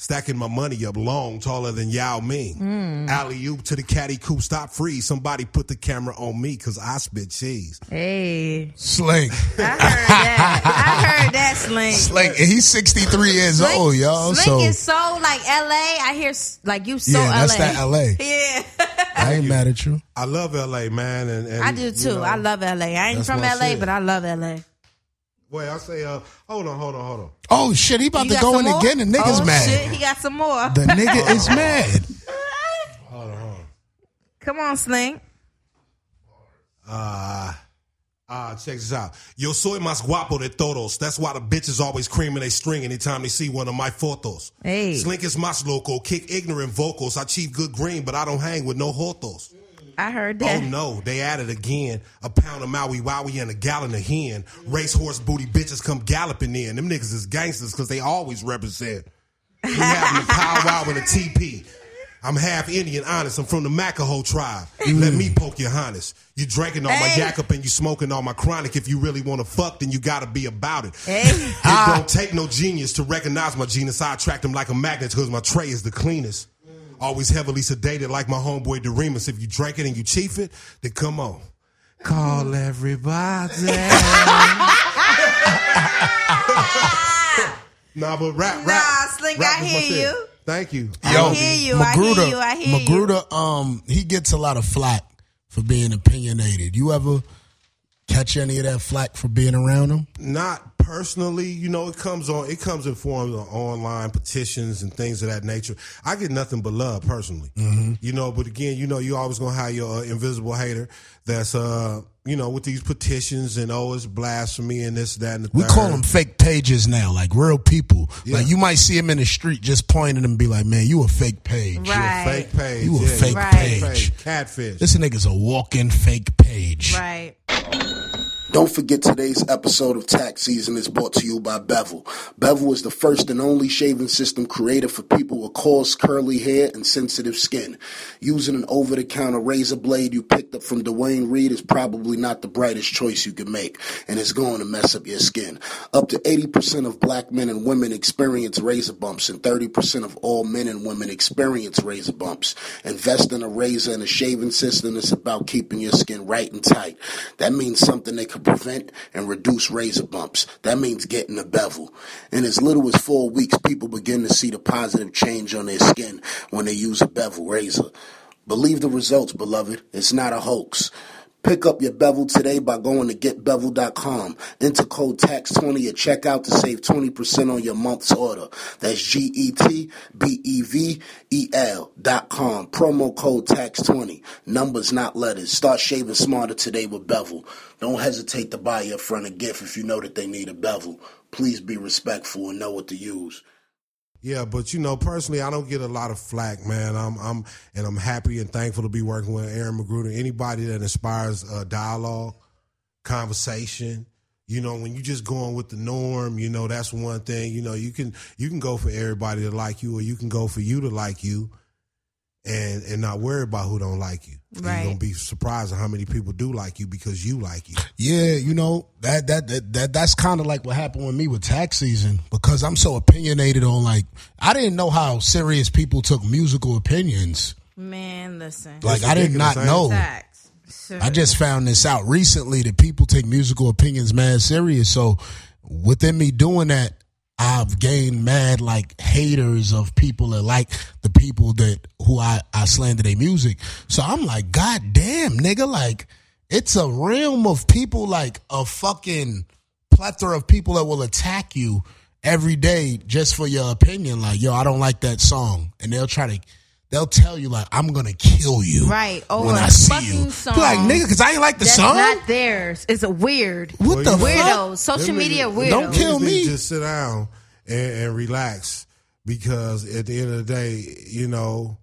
[SPEAKER 4] Stacking my money up long, taller than Yao Ming.
[SPEAKER 3] Hmm.
[SPEAKER 4] Alley oop to the caddy coop, stop free. Somebody put the camera on me because I spit cheese.
[SPEAKER 3] Hey,
[SPEAKER 2] Sling.
[SPEAKER 3] I
[SPEAKER 2] [laughs]
[SPEAKER 3] heard that. I heard that sling.
[SPEAKER 2] Sling. And he's 63 years
[SPEAKER 3] Sling-
[SPEAKER 2] old, y'all.
[SPEAKER 3] Sling
[SPEAKER 2] so
[SPEAKER 3] is so like LA. I hear s- like you so
[SPEAKER 2] Yeah,
[SPEAKER 3] LA.
[SPEAKER 2] that's that LA.
[SPEAKER 3] [laughs] Yeah,
[SPEAKER 2] I ain't mad at you.
[SPEAKER 4] I love LA, man. And, and
[SPEAKER 3] I do
[SPEAKER 4] you
[SPEAKER 3] too.
[SPEAKER 4] know-
[SPEAKER 3] I love LA. I ain't
[SPEAKER 4] That's
[SPEAKER 3] from
[SPEAKER 4] my
[SPEAKER 3] LA,
[SPEAKER 4] shit.
[SPEAKER 3] but I love LA.
[SPEAKER 4] Wait, I say, uh, hold on, hold on, hold on.
[SPEAKER 2] Oh, shit. He about
[SPEAKER 3] You
[SPEAKER 2] to
[SPEAKER 3] got
[SPEAKER 2] go in
[SPEAKER 3] some more?
[SPEAKER 2] again. The nigga's
[SPEAKER 3] oh,
[SPEAKER 2] mad.
[SPEAKER 3] Shit, he got some more.
[SPEAKER 2] The nigga is
[SPEAKER 3] [laughs]
[SPEAKER 2] mad.
[SPEAKER 3] Come on, Sling.
[SPEAKER 4] Ah, Uh, check this out. Yo soy más guapo de todos. That's why the bitches always creaming they string anytime they see one of my photos.
[SPEAKER 3] Hey.
[SPEAKER 4] Slink is más loco. Kick ignorant vocals. I cheat good green, but I don't hang with
[SPEAKER 3] [laughs]
[SPEAKER 4] no jotos.
[SPEAKER 3] I heard that.
[SPEAKER 4] Oh no, they added again. A pound of Maui Wowie and a gallon of hen. Racehorse booty bitches come galloping in. Them niggas is gangsters because they always represent. We having a powwow and a TP. I'm half Indian, honest. I'm from the Macaho tribe. Let me poke your honest. You drinking all my
[SPEAKER 3] Hey.
[SPEAKER 4] yak up and you smoking all my chronic. If you really want to fuck, then you gotta be about it.
[SPEAKER 3] Hey. Ah.
[SPEAKER 4] It don't take no genius to recognize my genius. I attract them like a magnet because my tray is the cleanest. Always heavily sedated like my homeboy Doremus. If you drink it and you chief it, then come on. Call
[SPEAKER 3] [laughs]
[SPEAKER 4] everybody. nah, but rap, rap.
[SPEAKER 3] Nah, Slink,
[SPEAKER 4] Rap
[SPEAKER 3] I
[SPEAKER 4] is my
[SPEAKER 3] hear
[SPEAKER 4] shit.
[SPEAKER 3] you.
[SPEAKER 4] Thank you.
[SPEAKER 3] Yo. [laughs] I hear you, I hear
[SPEAKER 2] Magruder-
[SPEAKER 3] you, I hear you.
[SPEAKER 2] Magruder, um, he gets a lot of flack for being opinionated. You ever catch any of that flack for being around him?
[SPEAKER 4] not personally you know it comes on it comes in forms of online petitions and things of that nature i get nothing but love personally
[SPEAKER 2] Mm-hmm.
[SPEAKER 4] you know but again you know you always gonna have your uh, invisible hater that's uh you know with these petitions and oh it's blasphemy and this that and the
[SPEAKER 2] We
[SPEAKER 4] third.
[SPEAKER 2] call them fake pages now, like real people. Like you might see him in the street just pointing and be like, "Man, you a fake page.
[SPEAKER 3] Right.
[SPEAKER 4] fake page
[SPEAKER 2] You a
[SPEAKER 4] yeah,
[SPEAKER 2] fake
[SPEAKER 3] Right.
[SPEAKER 2] page.
[SPEAKER 4] fake catfish
[SPEAKER 2] This nigga's a walking fake page."
[SPEAKER 3] Right.
[SPEAKER 1] Don't forget today's episode of Tax Season is brought to you by Bevel. Bevel is the first and only shaving system created for people with coarse, curly hair and sensitive skin. Using an over the counter razor blade you picked up from Dwayne Reed is probably not the brightest choice you can make, and it's going to mess up your skin. Up to 80% of black men and women experience razor bumps, and 30% of all men and women experience razor bumps. Invest in a razor and a shaving system that's about keeping your skin right and tight. That means something that could prevent and reduce razor bumps. That means getting a bevel. In as little as four weeks, people begin to see the positive change on their skin when they use a bevel razor. Believe the results, beloved. It's not a hoax. Pick up your bevel today by going to getbevel.com. Enter code TAX20 at checkout to save 20% on your month's order. That's G E T B E V E L dot com. Promo code TAX20. Numbers, not letters. Start shaving smarter today with Bevel. Don't hesitate to buy your friend a gift if you know that they need a bevel. Please be respectful and know what to use.
[SPEAKER 4] Yeah, but you know, personally, I don't get a lot of flack, man. I'm, I'm, and I'm happy and thankful to be working with Aaron Magruder. Anybody that inspires uh, dialogue, conversation. You know, when you just going with the norm, you know that's one thing. You know, you can you can go for everybody to like you, or you can go for you to like you, and and not worry about who don't like you. And
[SPEAKER 3] Right.
[SPEAKER 4] You're gonna be surprised at how many people do like you because you like you.
[SPEAKER 2] Yeah, you know that that that, that that's kind of like what happened with me with tax season because I'm so opinionated on like I didn't know how serious people took musical opinions.
[SPEAKER 3] Man, listen.
[SPEAKER 2] Like I did not
[SPEAKER 4] ridiculous, ain't it?
[SPEAKER 2] know.
[SPEAKER 3] Facts.
[SPEAKER 2] I just found this out recently that people take musical opinions mad serious. So within me doing that, I've gained mad like haters of people that like the people that who I, I slander their music. So I'm like, God damn, nigga, like it's a realm of people like a fucking plethora of people that will attack you every day just for your opinion. Like, yo, I don't like that song. And they'll try to they'll tell you like I'm gonna kill you
[SPEAKER 3] Right, over
[SPEAKER 2] when
[SPEAKER 3] Oh, a
[SPEAKER 2] I see
[SPEAKER 3] fucking
[SPEAKER 2] you.
[SPEAKER 3] song.
[SPEAKER 2] Be Like nigga, cause I ain't like the
[SPEAKER 3] That's
[SPEAKER 2] song.
[SPEAKER 3] not theirs. It's a weird.
[SPEAKER 2] what the
[SPEAKER 4] Well, you
[SPEAKER 2] fuck?
[SPEAKER 3] Weirdos. Social
[SPEAKER 4] Them
[SPEAKER 3] media
[SPEAKER 4] niggas-
[SPEAKER 3] weirdos.
[SPEAKER 2] Don't kill
[SPEAKER 4] Niggas need
[SPEAKER 2] me.
[SPEAKER 4] to Just sit down and, and relax because at the end of the day, you know,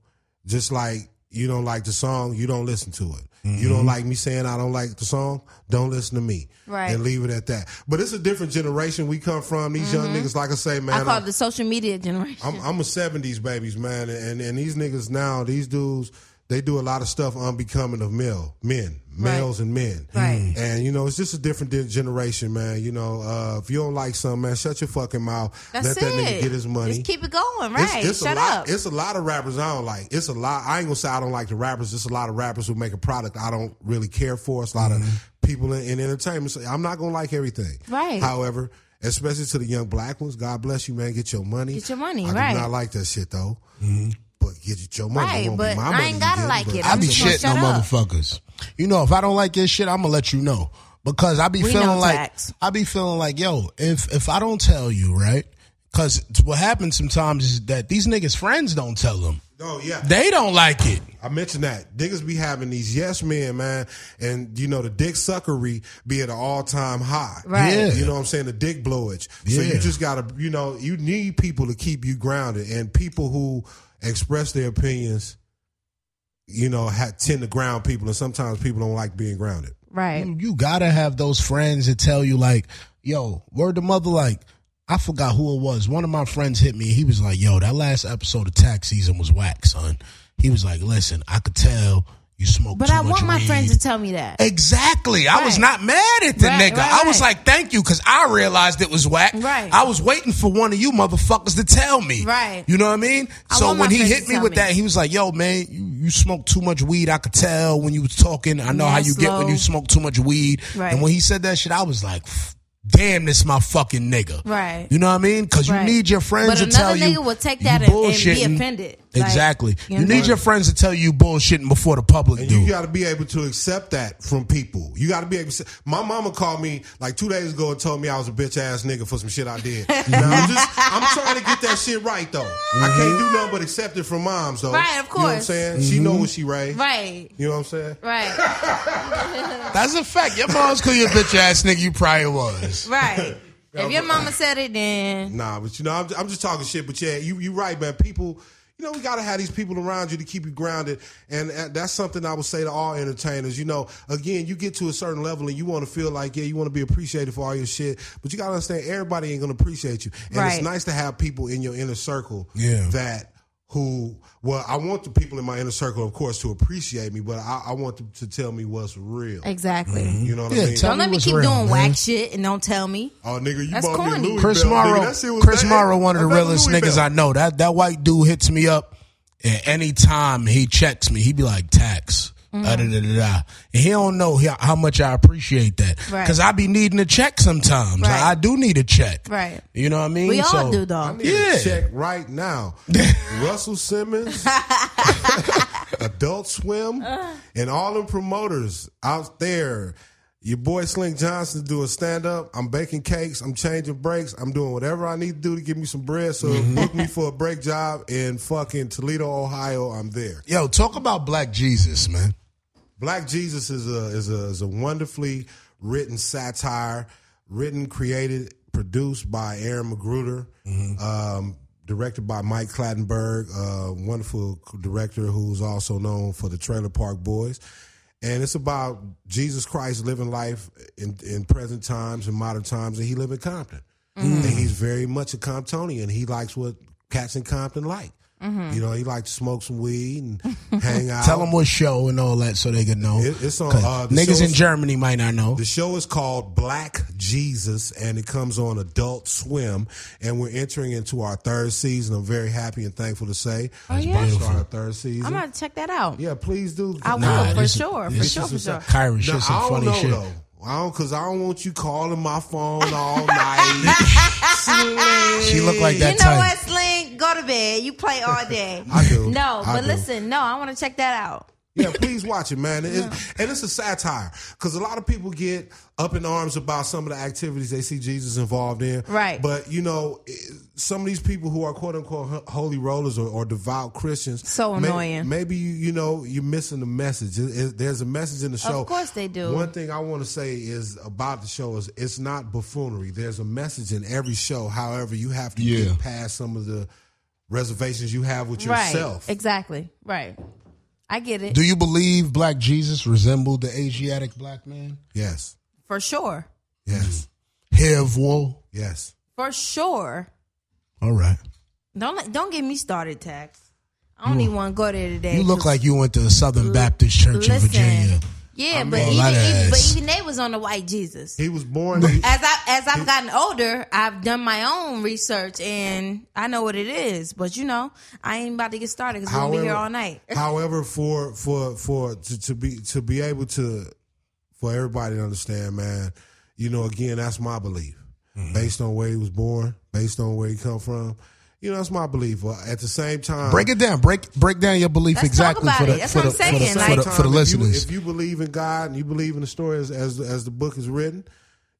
[SPEAKER 4] just like you don't like the song, you don't listen to it. You
[SPEAKER 2] Mm-hmm.
[SPEAKER 4] don't like me saying I don't like the song, don't listen to me.
[SPEAKER 3] Right.
[SPEAKER 4] And leave it at that. But it's a different generation we come from. These young niggas, like I say, man,
[SPEAKER 3] Mm-hmm. I call
[SPEAKER 4] I'm-
[SPEAKER 3] it the social media generation.
[SPEAKER 4] I'm, I'm a '70s babies man, and and these niggas now, these dudes, they do a lot of stuff unbecoming of male men, males and men. Mm.
[SPEAKER 3] Right.
[SPEAKER 4] And you know, it's just a different di- generation, man. You know, uh, if you don't like something, man, shut your fucking mouth.
[SPEAKER 3] That's
[SPEAKER 4] Let
[SPEAKER 3] it.
[SPEAKER 4] that nigga get his money.
[SPEAKER 3] Just keep it going,
[SPEAKER 4] It's-
[SPEAKER 3] right?
[SPEAKER 4] It's,
[SPEAKER 3] Shut
[SPEAKER 4] a lot,
[SPEAKER 3] up.
[SPEAKER 4] It's a lot of rappers I don't like. It's a lot. I ain't gonna say I don't like the rappers. It's a lot of rappers who make a product I don't really care for. It's a lot of
[SPEAKER 3] Mm-hmm.
[SPEAKER 4] people in, in entertainment. So I'm not gonna like everything.
[SPEAKER 5] Right.
[SPEAKER 4] However, especially to the young black ones, God bless you, man. Get your money.
[SPEAKER 3] Get your money,
[SPEAKER 4] I
[SPEAKER 3] right. Mm-hmm.
[SPEAKER 4] do not like that shit though. But get your money. It
[SPEAKER 3] Right,
[SPEAKER 4] won't be
[SPEAKER 3] but
[SPEAKER 4] my
[SPEAKER 3] I
[SPEAKER 4] money
[SPEAKER 3] ain't
[SPEAKER 4] you
[SPEAKER 3] gotta
[SPEAKER 4] get,
[SPEAKER 3] like
[SPEAKER 4] but-
[SPEAKER 3] it.
[SPEAKER 2] I be
[SPEAKER 3] I'm just gonna
[SPEAKER 2] shitting on
[SPEAKER 3] shut up.
[SPEAKER 2] motherfuckers. You know, if I don't like this shit, I'm gonna let you know because I be
[SPEAKER 3] We
[SPEAKER 2] feeling
[SPEAKER 3] know
[SPEAKER 2] like
[SPEAKER 3] Tax.
[SPEAKER 2] I be feeling like yo, if if I don't tell you, right? Because what happens sometimes is that these niggas' friends don't tell them.
[SPEAKER 4] Oh yeah.
[SPEAKER 2] They don't like it.
[SPEAKER 4] I mentioned that niggas be having these yes men, man, and you know the dick suckery be at an all time high.
[SPEAKER 3] Right.
[SPEAKER 2] Yeah.
[SPEAKER 4] You know what I'm saying? The dick blowage. So
[SPEAKER 2] Yeah.
[SPEAKER 4] you just gotta, you know, you need people to keep you grounded, and people who express their opinions, you know, ha- tend to ground people, and sometimes people don't like being grounded.
[SPEAKER 5] Right.
[SPEAKER 2] You gotta have those friends that tell you like, yo, word to mother, like, I forgot who it was. One of my friends hit me. He was like, yo, that last episode of tax season was whack, son. He was like, listen, I could tell you smoke
[SPEAKER 3] But
[SPEAKER 2] too
[SPEAKER 3] I
[SPEAKER 2] much
[SPEAKER 3] want my
[SPEAKER 2] weed."
[SPEAKER 3] friends to tell me that.
[SPEAKER 2] Exactly. I was
[SPEAKER 3] Right.
[SPEAKER 2] not mad at the
[SPEAKER 3] Right,
[SPEAKER 2] nigga.
[SPEAKER 3] right,
[SPEAKER 2] I was
[SPEAKER 3] right.
[SPEAKER 2] like, thank you, because I realized it was whack.
[SPEAKER 3] Right.
[SPEAKER 2] I was waiting for one of you motherfuckers to tell me.
[SPEAKER 3] Right.
[SPEAKER 2] You know what I mean?
[SPEAKER 3] I
[SPEAKER 2] so
[SPEAKER 3] want my
[SPEAKER 2] when he
[SPEAKER 3] friends
[SPEAKER 2] hit
[SPEAKER 3] to
[SPEAKER 2] me
[SPEAKER 3] tell
[SPEAKER 2] with
[SPEAKER 3] me.
[SPEAKER 2] that, he was like, yo, man, you, you smoke too much weed. I could tell when you was talking. I know
[SPEAKER 3] Yeah,
[SPEAKER 2] how you get when
[SPEAKER 3] slow.
[SPEAKER 2] you smoke too much weed.
[SPEAKER 3] Right.
[SPEAKER 2] And when he said that shit, I was like, "F- damn, this my fucking nigga.
[SPEAKER 3] Right.
[SPEAKER 2] You know what I mean? Because
[SPEAKER 3] Right.
[SPEAKER 2] you need your friends
[SPEAKER 3] But
[SPEAKER 2] to
[SPEAKER 3] another
[SPEAKER 2] tell you.
[SPEAKER 3] nigga will take
[SPEAKER 2] you
[SPEAKER 3] that and- and be
[SPEAKER 2] bullshitting.
[SPEAKER 3] offended. Like,
[SPEAKER 2] Exactly.
[SPEAKER 3] you
[SPEAKER 2] you
[SPEAKER 3] know?
[SPEAKER 2] need your friends to tell you you bullshitting before the public
[SPEAKER 4] And
[SPEAKER 2] do.
[SPEAKER 4] you got to be able to accept that from people. You got to be able. To, my mama called me like two days ago and told me I was a bitch ass nigga for some shit I did. now, I'm just I'm trying to get that shit right though. I can't do nothing but accept it from moms though.
[SPEAKER 3] Right, of
[SPEAKER 4] You know what I'm
[SPEAKER 3] course.
[SPEAKER 4] saying she know what she raised.
[SPEAKER 3] Right.
[SPEAKER 4] You know what I'm saying.
[SPEAKER 3] Right.
[SPEAKER 2] That's a fact. Your mom's call you a bitch ass nigga. You probably was. [laughs]
[SPEAKER 3] Right. if your mama said it, then
[SPEAKER 4] Nah, but you know I'm, I'm just talking shit. But yeah, you you right, man. People. You know, we gotta have these people around you to keep you grounded, and uh, that's something I would say to all entertainers. You know, again, you get to a certain level and you want to feel like, yeah, you want to be appreciated for all your shit, but you gotta understand everybody ain't gonna appreciate you, and
[SPEAKER 3] Right.
[SPEAKER 4] it's nice to have people in your inner circle
[SPEAKER 2] Yeah.
[SPEAKER 4] that who, well, I want the people in my inner circle, of course, to appreciate me, but I, I want them to tell me what's real.
[SPEAKER 3] exactly.
[SPEAKER 4] You know what
[SPEAKER 2] Yeah,
[SPEAKER 4] I mean?
[SPEAKER 2] tell
[SPEAKER 3] Don't let me
[SPEAKER 2] what's
[SPEAKER 3] keep
[SPEAKER 2] Mm-hmm. real,
[SPEAKER 3] doing
[SPEAKER 2] man.
[SPEAKER 3] whack shit and don't tell me.
[SPEAKER 4] oh, nigga, you
[SPEAKER 3] That's
[SPEAKER 4] bought me
[SPEAKER 3] corny.
[SPEAKER 4] a Louis
[SPEAKER 2] Chris
[SPEAKER 4] belt, nigga.
[SPEAKER 2] Morrow,
[SPEAKER 4] That shit was-
[SPEAKER 2] Chris
[SPEAKER 4] that-
[SPEAKER 2] Morrow, one of the
[SPEAKER 4] that was
[SPEAKER 2] realest
[SPEAKER 4] Louis
[SPEAKER 2] niggas
[SPEAKER 4] belt.
[SPEAKER 2] I know. That that white dude hits me up, and anytime he checks me, he be like tax.
[SPEAKER 3] Mm-hmm.
[SPEAKER 2] da, da, da, da, da. And he don't know how, how much I appreciate that
[SPEAKER 3] Right.
[SPEAKER 2] because I be needing a check sometimes.
[SPEAKER 3] Right.
[SPEAKER 2] I, I do need a check.
[SPEAKER 3] Right.
[SPEAKER 2] You know what I mean?
[SPEAKER 3] We all
[SPEAKER 2] So-
[SPEAKER 3] do
[SPEAKER 4] I
[SPEAKER 3] though.
[SPEAKER 4] need
[SPEAKER 2] Yeah.
[SPEAKER 4] to check right now. Russell Simmons, Adult Swim, and all them promoters out there. Your boy Sling Johnson doing stand up. I'm baking cakes. I'm changing breaks. I'm doing whatever I need to do to give me some bread. So book me for a break job in fucking Toledo, Ohio. I'm there.
[SPEAKER 2] Yo, talk about Black Jesus, man.
[SPEAKER 4] Black Jesus is a is a is a wonderfully written satire, written, created, produced by Aaron Magruder, um, directed by Mike Clattenburg, a wonderful director who's also known for the Trailer Park Boys. And it's about Jesus Christ living life in, in present times and modern times, and he live in Compton. And he's very much a Comptonian. He likes what cats in Compton like. You know, he likes to smoke some weed and hang out.
[SPEAKER 2] Tell them what show and all that so they can know.
[SPEAKER 4] It- it's on,
[SPEAKER 2] 'Cause
[SPEAKER 4] uh, the
[SPEAKER 2] niggas
[SPEAKER 4] show
[SPEAKER 2] in
[SPEAKER 4] is-
[SPEAKER 2] Germany might not know.
[SPEAKER 4] The show is called Black Jesus, and it comes on Adult Swim, and we're entering into our third season. I'm very happy and thankful to say. Oh,
[SPEAKER 5] yeah?
[SPEAKER 4] Start our third season.
[SPEAKER 5] I'm gonna check that out.
[SPEAKER 4] yeah, please do.
[SPEAKER 3] Oh,
[SPEAKER 5] I will
[SPEAKER 2] Nah,
[SPEAKER 5] for
[SPEAKER 2] this-
[SPEAKER 5] sure. For
[SPEAKER 2] this
[SPEAKER 5] sure.
[SPEAKER 2] is
[SPEAKER 5] For
[SPEAKER 4] what's
[SPEAKER 5] sure.
[SPEAKER 4] up.
[SPEAKER 2] Kyrie shit,
[SPEAKER 4] Now,
[SPEAKER 2] some
[SPEAKER 4] I don't
[SPEAKER 2] funny
[SPEAKER 4] know
[SPEAKER 2] shit.
[SPEAKER 4] though. I don't, cause I don't want you calling my phone
[SPEAKER 5] [laughs]
[SPEAKER 4] all
[SPEAKER 2] [laughs]
[SPEAKER 4] night.
[SPEAKER 2] She look like that
[SPEAKER 3] You know
[SPEAKER 2] type.
[SPEAKER 3] what, Sling? Go to bed. You play
[SPEAKER 2] [laughs]
[SPEAKER 3] all day.
[SPEAKER 4] I do.
[SPEAKER 3] No,
[SPEAKER 4] I
[SPEAKER 3] but
[SPEAKER 4] do.
[SPEAKER 3] listen, no, I want to check that out.
[SPEAKER 4] Yeah, please watch it, man. It- And it's a satire because a lot of people get up in arms about some of the activities they see Jesus involved in.
[SPEAKER 3] Right.
[SPEAKER 4] But, you know, i- some of these people who are quote unquote ho- holy rollers or, or devout Christians.
[SPEAKER 3] So
[SPEAKER 4] may-
[SPEAKER 3] annoying.
[SPEAKER 4] maybe, you, you know, you're missing the message. It- it- there's a message in the show.
[SPEAKER 3] course they do.
[SPEAKER 4] One thing I want to say is about the show is it's not buffoonery. There's a message in every show. However, you have to
[SPEAKER 2] Yeah.
[SPEAKER 4] get past some of the reservations you have with
[SPEAKER 3] Right.
[SPEAKER 4] yourself.
[SPEAKER 3] Exactly. Right. I get it
[SPEAKER 2] Do you believe Black Jesus resembled the Asiatic black man?
[SPEAKER 4] Yes.
[SPEAKER 3] for sure.
[SPEAKER 4] Yes.
[SPEAKER 2] Hair of wool.
[SPEAKER 4] Yes.
[SPEAKER 3] For sure.
[SPEAKER 2] All right.
[SPEAKER 3] Don't let, don't get me started, Tax. I don't even want to go there today.
[SPEAKER 2] Mm. You look like you went to a Southern Baptist Church in
[SPEAKER 3] Listen.
[SPEAKER 2] Virginia.
[SPEAKER 3] Yeah, but
[SPEAKER 2] mean-
[SPEAKER 3] even,
[SPEAKER 2] Lot of
[SPEAKER 3] even but
[SPEAKER 2] ass.
[SPEAKER 3] even they was on the white Jesus.
[SPEAKER 4] He was born.
[SPEAKER 3] [laughs] As I as I've gotten older, I've done my own research and I know what it is. But you know, I ain't about to get started because we'll be here all night.
[SPEAKER 4] however, for for for to, to be to be able to for everybody to understand, man. You know, again, that's my belief, based on where he was born, based on where he come from. You know, that's my belief. Uh, At the same time,
[SPEAKER 2] Break it down. Break break down your belief
[SPEAKER 3] Let's talk
[SPEAKER 2] exactly for
[SPEAKER 3] about
[SPEAKER 2] the
[SPEAKER 3] it. That's
[SPEAKER 2] for
[SPEAKER 3] what
[SPEAKER 2] the
[SPEAKER 3] I'm
[SPEAKER 2] for the,
[SPEAKER 3] saying,
[SPEAKER 2] for
[SPEAKER 3] like-
[SPEAKER 2] the, for the
[SPEAKER 4] Sometimes if you-
[SPEAKER 2] listeners.
[SPEAKER 4] If you believe in God and you believe in the story as as, as the book is written,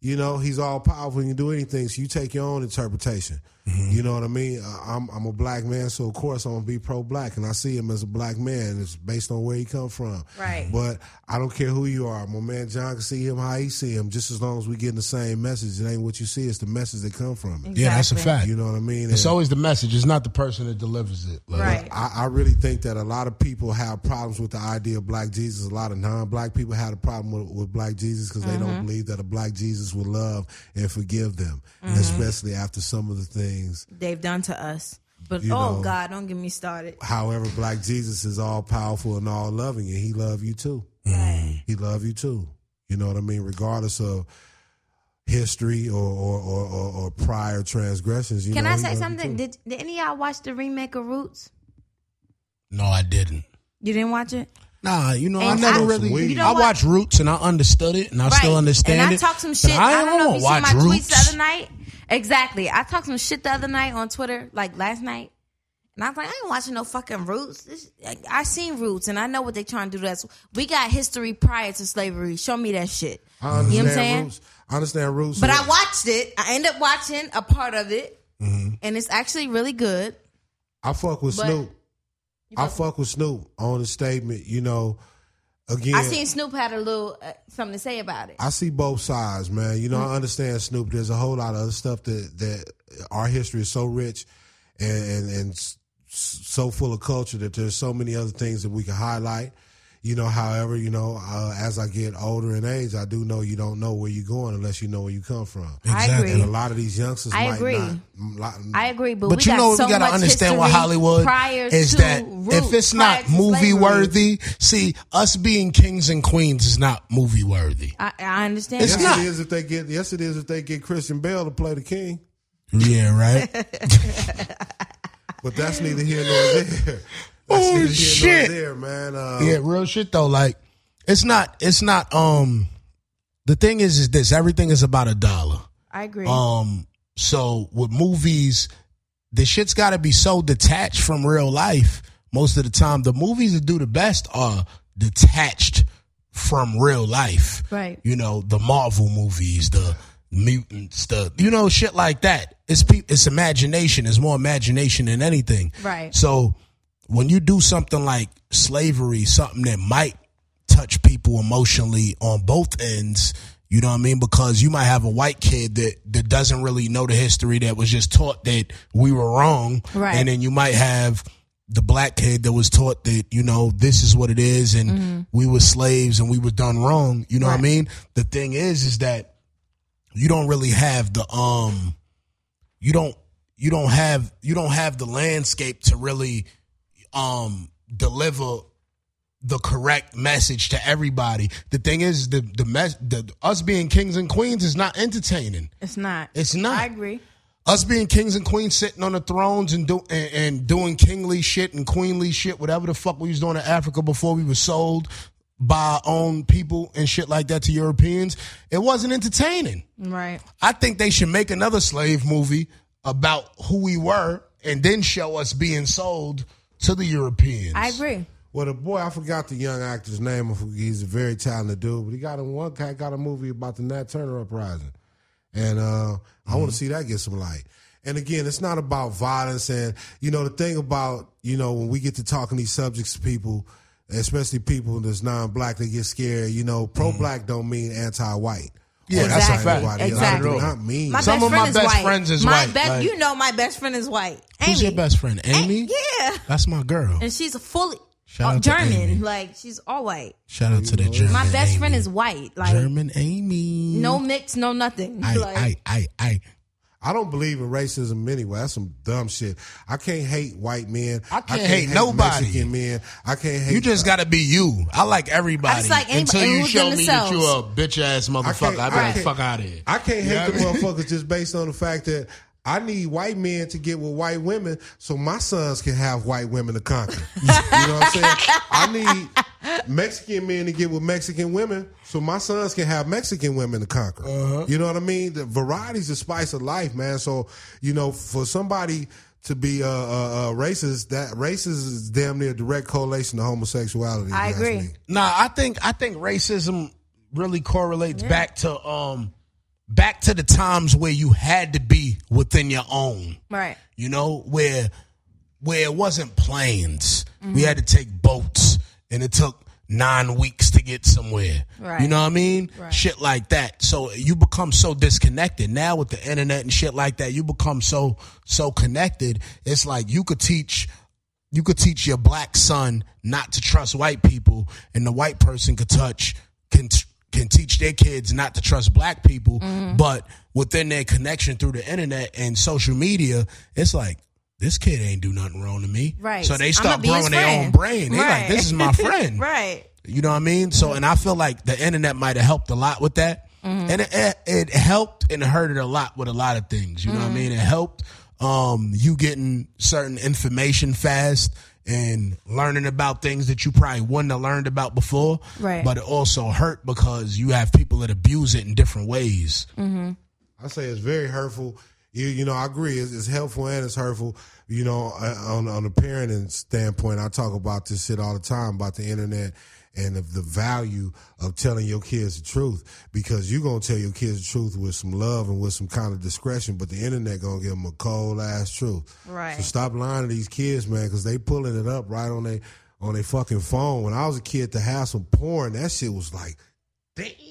[SPEAKER 4] you know He's all powerful and can do anything. So you take your own interpretation.
[SPEAKER 2] Mm-hmm.
[SPEAKER 4] You know what I mean? Uh, I'm I'm a black man, so of course I'm gonna be pro black, and I see him as a black man. It's based on where he come from.
[SPEAKER 3] Right.
[SPEAKER 4] But I don't care who you are. My man John can see him how he see him. Just as long as we getting the same message, it ain't what you see; it's the message that come from it.
[SPEAKER 2] yeah, that's a
[SPEAKER 3] Exactly.
[SPEAKER 2] fact.
[SPEAKER 4] You know what I mean?
[SPEAKER 2] It's
[SPEAKER 4] And-
[SPEAKER 2] always the message. It's not the person that delivers it. Like,
[SPEAKER 3] Right.
[SPEAKER 4] I, I really think that a lot of people have problems with the idea of black Jesus. A lot of non-black people had a problem with, with black Jesus because they
[SPEAKER 3] Mm-hmm.
[SPEAKER 4] don't believe that a black Jesus will love and forgive them,
[SPEAKER 3] Mm-hmm.
[SPEAKER 4] especially after some of the things.
[SPEAKER 3] They've done to us. But
[SPEAKER 4] You
[SPEAKER 3] oh
[SPEAKER 4] know.
[SPEAKER 3] God, don't get me started.
[SPEAKER 4] However, black Jesus is all powerful and all loving, and He love you too. He love you too. You know what I mean? Regardless of history or or, or, or, or prior transgressions. You
[SPEAKER 3] Can
[SPEAKER 4] know,
[SPEAKER 3] I
[SPEAKER 4] he love
[SPEAKER 3] say
[SPEAKER 4] you
[SPEAKER 3] something?
[SPEAKER 4] too.
[SPEAKER 3] Did, did any of y'all watch the remake of Roots?
[SPEAKER 2] No, I didn't.
[SPEAKER 3] You didn't watch it?
[SPEAKER 2] Nah, you know, I
[SPEAKER 3] And
[SPEAKER 2] never
[SPEAKER 3] I-
[SPEAKER 2] really.
[SPEAKER 4] You know
[SPEAKER 2] I
[SPEAKER 3] what?
[SPEAKER 2] watched Roots and I understood it, and I still understand
[SPEAKER 3] and
[SPEAKER 2] it.
[SPEAKER 3] I talked some
[SPEAKER 2] but
[SPEAKER 3] shit. I,
[SPEAKER 2] ain't
[SPEAKER 3] don't know
[SPEAKER 2] wanna
[SPEAKER 3] if you saw my tweets
[SPEAKER 2] Roots.
[SPEAKER 3] the other night. Exactly. I talked some shit the other night on Twitter, like last night. And I was like, I ain't watching no fucking Roots. This, like, I seen Roots, and I know what they trying to do. to us. we got history prior to slavery. Show me that shit.
[SPEAKER 4] I
[SPEAKER 3] You know
[SPEAKER 4] understand
[SPEAKER 3] what I'm saying?
[SPEAKER 4] roots. I understand roots.
[SPEAKER 3] But I watched it. I ended up watching a part of it,
[SPEAKER 4] Mm-hmm.
[SPEAKER 3] and it's actually really good.
[SPEAKER 4] I fuck with
[SPEAKER 3] But-
[SPEAKER 4] Snoop. I fuck with Snoop on the statement. You know, again,
[SPEAKER 3] I seen Snoop had a little uh, something to say about it.
[SPEAKER 4] I see both sides, man. You know,
[SPEAKER 3] Hmm.
[SPEAKER 4] I understand Snoop. There's a whole lot of other stuff that that our history is so rich and and, and s- so full of culture that there's so many other things that we can highlight. You know, however, you know, uh, as I get older in age, I do know you don't know where you're going unless you know where you come from.
[SPEAKER 3] I agree.
[SPEAKER 4] And a lot of these youngsters,
[SPEAKER 3] I
[SPEAKER 4] might
[SPEAKER 3] agree.
[SPEAKER 4] Not, lot-
[SPEAKER 3] I agree, but,
[SPEAKER 2] But
[SPEAKER 3] we
[SPEAKER 2] you
[SPEAKER 3] got
[SPEAKER 2] know what
[SPEAKER 3] so
[SPEAKER 2] we gotta
[SPEAKER 3] much
[SPEAKER 2] understand with
[SPEAKER 3] history
[SPEAKER 2] Hollywood
[SPEAKER 3] prior
[SPEAKER 2] is
[SPEAKER 3] to
[SPEAKER 2] that
[SPEAKER 3] Roots,
[SPEAKER 2] if it's
[SPEAKER 3] prior
[SPEAKER 2] not
[SPEAKER 3] to
[SPEAKER 2] movie
[SPEAKER 3] slavery.
[SPEAKER 2] worthy, see us being kings and queens is not movie worthy.
[SPEAKER 3] I, I understand.
[SPEAKER 2] It's
[SPEAKER 3] that.
[SPEAKER 4] yes,
[SPEAKER 2] not.
[SPEAKER 4] it is if they get. Yes, it is if they get Christian Bale to play the king.
[SPEAKER 2] Yeah,
[SPEAKER 3] [laughs]
[SPEAKER 2] right.
[SPEAKER 4] But that's neither here nor there. [laughs] That's
[SPEAKER 2] Oh,
[SPEAKER 4] neither here
[SPEAKER 2] shit.
[SPEAKER 4] nor there, man. Uh,
[SPEAKER 2] yeah, real shit though. Like it's not. It's not. Um, the thing is, is this everything is about a dollar.
[SPEAKER 3] I agree.
[SPEAKER 2] Um, so with movies, the shit's got to be so detached from real life most of the time. The movies that do the best are detached from real life.
[SPEAKER 3] Right.
[SPEAKER 2] You know, the Marvel movies, the mutants, the you know shit like that. It's pe- it's imagination. It's more imagination than anything.
[SPEAKER 3] Right.
[SPEAKER 2] So when you do something like slavery, something that might touch people emotionally on both ends, you know what I mean? Because you might have a white kid that, that doesn't really know the history that was just taught that we were wrong.
[SPEAKER 3] Right.
[SPEAKER 2] And then you might have the black kid that was taught that, you know, this is what it is and we were slaves and we were done wrong. You know what I
[SPEAKER 3] Mm-hmm. Right.
[SPEAKER 2] mean? The thing is, is that you don't really have the um you don't you don't have you don't have the landscape to really um deliver the correct message to everybody. The thing is the the mess the us being kings and queens is not entertaining.
[SPEAKER 3] it's not.
[SPEAKER 2] It's not.
[SPEAKER 3] I agree.
[SPEAKER 2] Us being kings and queens sitting on the thrones and do and, and doing kingly shit and queenly shit, whatever the fuck we was doing in Africa before we were sold by our own people and shit like that to Europeans, it wasn't entertaining.
[SPEAKER 3] Right.
[SPEAKER 2] I think they should make another slave movie about who we were and then show us being sold to the Europeans.
[SPEAKER 3] I agree.
[SPEAKER 4] Well, the boy, I forgot the young actor's name. I forg- He's a very talented dude, but he got in one guy got a movie about the Nat Turner uprising, and uh, I
[SPEAKER 2] Mm-hmm.
[SPEAKER 4] want to see that get some light. And again, it's not about violence, and you know the thing about you know when we get to talking these subjects to people, especially people that's non-black, they get scared. You know, pro-black don't mean anti-white.
[SPEAKER 2] Mm-hmm. Yeah,
[SPEAKER 4] Or
[SPEAKER 2] that's a
[SPEAKER 4] anti-anybody
[SPEAKER 2] fact.
[SPEAKER 4] else.
[SPEAKER 3] Exactly.
[SPEAKER 4] I do not mean
[SPEAKER 3] My
[SPEAKER 2] Some
[SPEAKER 4] that.
[SPEAKER 3] best
[SPEAKER 2] of
[SPEAKER 3] friend
[SPEAKER 2] my
[SPEAKER 3] is
[SPEAKER 2] best
[SPEAKER 3] white.
[SPEAKER 2] friends is
[SPEAKER 3] my
[SPEAKER 2] white,
[SPEAKER 3] be-
[SPEAKER 2] like-
[SPEAKER 3] you know, my best friend is white. Amy. Eh,
[SPEAKER 2] Who's your best friend? Amy?
[SPEAKER 3] Yeah,
[SPEAKER 2] That's my girl.
[SPEAKER 3] and she's fully
[SPEAKER 2] Shout
[SPEAKER 3] uh,
[SPEAKER 2] out to Amy.
[SPEAKER 3] German. Like she's all white.
[SPEAKER 2] Shout out to the German.
[SPEAKER 3] My best
[SPEAKER 2] Amy.
[SPEAKER 3] friend is white. Like
[SPEAKER 2] German Amy.
[SPEAKER 3] no mix, no nothing.
[SPEAKER 2] I,
[SPEAKER 3] like
[SPEAKER 2] I, I, I.
[SPEAKER 4] I don't believe in racism anyway. That's some dumb shit. I can't hate white men.
[SPEAKER 2] I can't hate nobody.
[SPEAKER 4] Mexican men. I can't hate.
[SPEAKER 2] You just gotta be you. I like everybody
[SPEAKER 3] I just like
[SPEAKER 2] until
[SPEAKER 3] anybody
[SPEAKER 2] you
[SPEAKER 3] who's
[SPEAKER 2] show me that you a
[SPEAKER 3] themselves.
[SPEAKER 2] bitch ass motherfucker. I,
[SPEAKER 4] I
[SPEAKER 2] be like,
[SPEAKER 4] can't-
[SPEAKER 2] fuck out of here.
[SPEAKER 4] I can't
[SPEAKER 2] You know
[SPEAKER 4] hate the
[SPEAKER 2] what I mean?
[SPEAKER 4] motherfuckers just based on the fact that I need white men to get with white women so my sons can have white women
[SPEAKER 3] [laughs]
[SPEAKER 4] to conquer. you know what I'm saying? I need Mexican men to get with Mexican women so my sons can have Mexican women to conquer. You know what I mean? The variety's the spice of life, man. So, you know, for somebody to be uh, uh, uh, racist, that racist is damn near a direct correlation to homosexuality. if
[SPEAKER 3] I
[SPEAKER 4] you ask
[SPEAKER 3] agree.
[SPEAKER 4] me.
[SPEAKER 2] Nah, I think I think racism really correlates back to um back to the times where you had to be within your own.
[SPEAKER 3] Right.
[SPEAKER 2] you know, where where it wasn't planes. We had to take boats, and it took nine weeks to get somewhere.
[SPEAKER 3] Right.
[SPEAKER 2] You know what I mean? Shit like that. So you become so disconnected now with the internet and shit like that. You become so so connected. It's like you could teach. You could teach your black son not to trust white people, and the white person could touch can can teach their kids not to trust black people.
[SPEAKER 3] Mm-hmm.
[SPEAKER 2] But within their connection through the internet and social media, it's like this kid ain't do nothing wrong to me.
[SPEAKER 3] Right.
[SPEAKER 2] So they
[SPEAKER 3] I'ma
[SPEAKER 2] start
[SPEAKER 3] be his
[SPEAKER 2] growing their own
[SPEAKER 3] friend.
[SPEAKER 2] brain. They like
[SPEAKER 3] Right. [laughs]
[SPEAKER 2] this is my friend.
[SPEAKER 3] Right.
[SPEAKER 2] You know what I mean? So, and I feel like the internet might have helped a lot with that. And it- it, it helped and hurted a lot with a lot of things. You know what I mean? It helped um, you getting certain information fast and learning about things that you probably wouldn't have learned about before.
[SPEAKER 3] Right.
[SPEAKER 2] But it also hurt because you have people that abuse it in different ways.
[SPEAKER 4] I say it's very hurtful. You, you know, I agree. It's, it's helpful and it's hurtful. You know, uh, on on a parenting standpoint, I talk about this shit all the time about the internet and of the value of telling your kids the truth because you're gonna tell your kids the truth with some love and with some kind of discretion, but the internet gonna give them a cold ass truth.
[SPEAKER 3] Right.
[SPEAKER 4] So stop lying to these kids, man, because they pulling it up right on they on their fucking phone. When I was a kid, to have some porn, that shit was like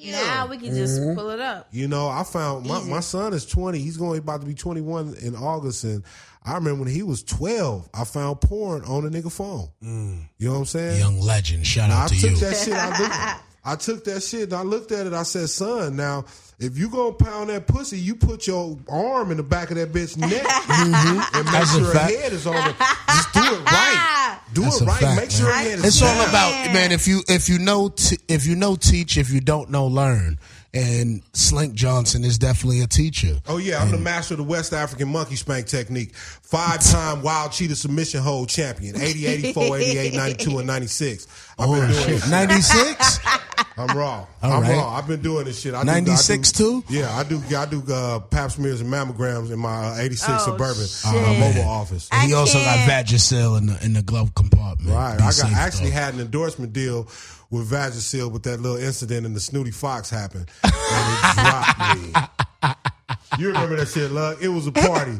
[SPEAKER 5] Now we can just pull it up.
[SPEAKER 4] you know, I found my, my son is 20. He's going about to be 21 in August. And I remember when he was 12, I found porn on a nigga phone. You know what I'm saying?
[SPEAKER 2] Mm. Young legend, shout
[SPEAKER 4] And I
[SPEAKER 2] out to
[SPEAKER 4] took
[SPEAKER 2] you.
[SPEAKER 4] that shit. I, looked, I took that shit and I looked at it. I said, son, now, if you going to pound that pussy, you put your arm in the back of that bitch's neck and make
[SPEAKER 2] Mm-hmm. That's a
[SPEAKER 4] sure her
[SPEAKER 2] fact.
[SPEAKER 4] head is on the. Just do it right. Do
[SPEAKER 2] That's
[SPEAKER 4] it
[SPEAKER 2] a
[SPEAKER 4] right.
[SPEAKER 2] fact,
[SPEAKER 4] make sure her
[SPEAKER 2] man.
[SPEAKER 4] head is
[SPEAKER 2] It's all
[SPEAKER 4] down.
[SPEAKER 2] about man. If you if you know t- if you know teach. If you don't know learn. And Slink Johnson is definitely a teacher.
[SPEAKER 4] Oh yeah, I'm the master of the West African monkey spank technique. Five-time wild cheetah submission hold champion.
[SPEAKER 3] [laughs]
[SPEAKER 4] 80, 84, 88, 92, and 96. I've been
[SPEAKER 2] Oh
[SPEAKER 4] doing
[SPEAKER 2] shit,
[SPEAKER 4] this. shit.
[SPEAKER 2] ninety six.
[SPEAKER 4] [laughs] I'm raw.
[SPEAKER 2] All
[SPEAKER 4] I'm
[SPEAKER 2] right.
[SPEAKER 4] raw. I've been doing this shit. I do- I do-
[SPEAKER 2] 96 too?
[SPEAKER 4] Yeah, I do. I do uh, pap smears and mammograms in my uh, 86
[SPEAKER 3] Oh,
[SPEAKER 4] suburban
[SPEAKER 3] shit.
[SPEAKER 4] uh, mobile office.
[SPEAKER 3] I
[SPEAKER 2] He also got
[SPEAKER 3] can't-
[SPEAKER 2] Vagisil in the in the glove compartment.
[SPEAKER 4] Right.
[SPEAKER 2] Be
[SPEAKER 4] I got
[SPEAKER 2] safe,
[SPEAKER 4] I actually
[SPEAKER 2] though.
[SPEAKER 4] had an endorsement deal with Vagisil, but that little incident and the Snooty Fox
[SPEAKER 2] [laughs]
[SPEAKER 4] happened. And it dropped me. You remember that shit, Lug? It was
[SPEAKER 3] [laughs]
[SPEAKER 4] a party.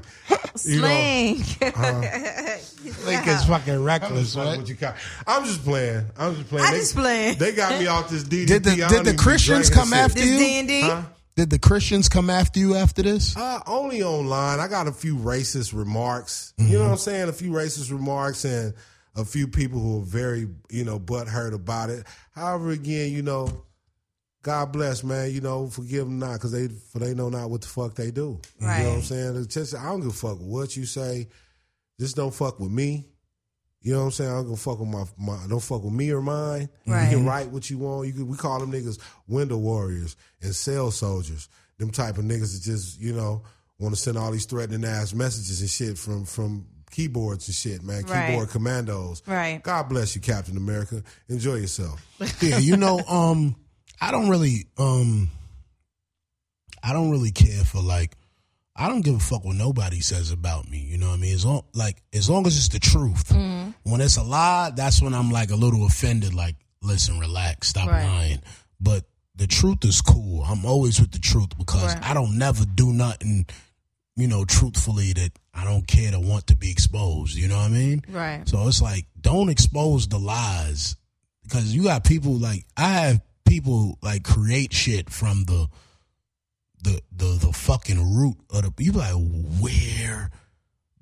[SPEAKER 4] You know,
[SPEAKER 3] Sling.
[SPEAKER 2] Slink is fucking reckless.
[SPEAKER 4] That's
[SPEAKER 2] right?
[SPEAKER 4] what you caught. I'm just playing. I'm just playing.
[SPEAKER 3] I just playing.
[SPEAKER 4] They got me off this DDP.
[SPEAKER 2] Did the-
[SPEAKER 4] I
[SPEAKER 2] did
[SPEAKER 4] don't
[SPEAKER 2] the
[SPEAKER 4] even be
[SPEAKER 2] Christians
[SPEAKER 4] drinking
[SPEAKER 2] come
[SPEAKER 4] and
[SPEAKER 2] after
[SPEAKER 4] shit.
[SPEAKER 3] This
[SPEAKER 2] you?
[SPEAKER 3] D and D.
[SPEAKER 4] Huh?
[SPEAKER 2] Did the Christians come after you after this?
[SPEAKER 4] Uh, only online. I got a few racist remarks.
[SPEAKER 2] Mm-hmm.
[SPEAKER 4] You know what I'm saying? A few racist remarks and a few people who are very, you know, butthurt about it. However, again, you know, God bless, man. You know, forgive them not because they for they know not what the fuck they do. You know what I'm
[SPEAKER 3] Right.
[SPEAKER 4] saying? It's just- I don't give a fuck what you say. Just don't fuck with me. You know what I'm saying? I don't give a fuck with my, my don't fuck with me or mine.
[SPEAKER 3] Right.
[SPEAKER 2] Mm-hmm.
[SPEAKER 4] You can write what you want. You can, we call them niggas window warriors and cell soldiers. Them type of niggas that just you know want to send all these threatening ass messages and shit from from keyboards and shit, man.
[SPEAKER 3] Right.
[SPEAKER 4] Keyboard commandos.
[SPEAKER 3] Right.
[SPEAKER 4] God bless you, Captain America. Enjoy yourself.
[SPEAKER 2] yeah, you know, um, I don't really, um, I don't really care for like, I don't give a fuck what nobody says about me. You know what I mean? As long like as long as it's the truth.
[SPEAKER 3] Mm-hmm.
[SPEAKER 2] When it's a lie, that's when I'm like a little offended. Like, listen, relax, stop
[SPEAKER 3] Right.
[SPEAKER 2] lying. But the truth is cool. I'm always with the truth because
[SPEAKER 3] Right.
[SPEAKER 2] I don't never do nothing. You know, truthfully, that I don't care to want to be exposed. You know what I mean?
[SPEAKER 3] Right.
[SPEAKER 2] So it's like, don't expose the lies because you got people like I have people like create shit from the the the the fucking root of the. You be like, where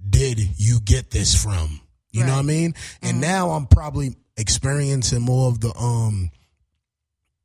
[SPEAKER 2] did you get this from? You know what I mean? And now I'm probably experiencing more of the um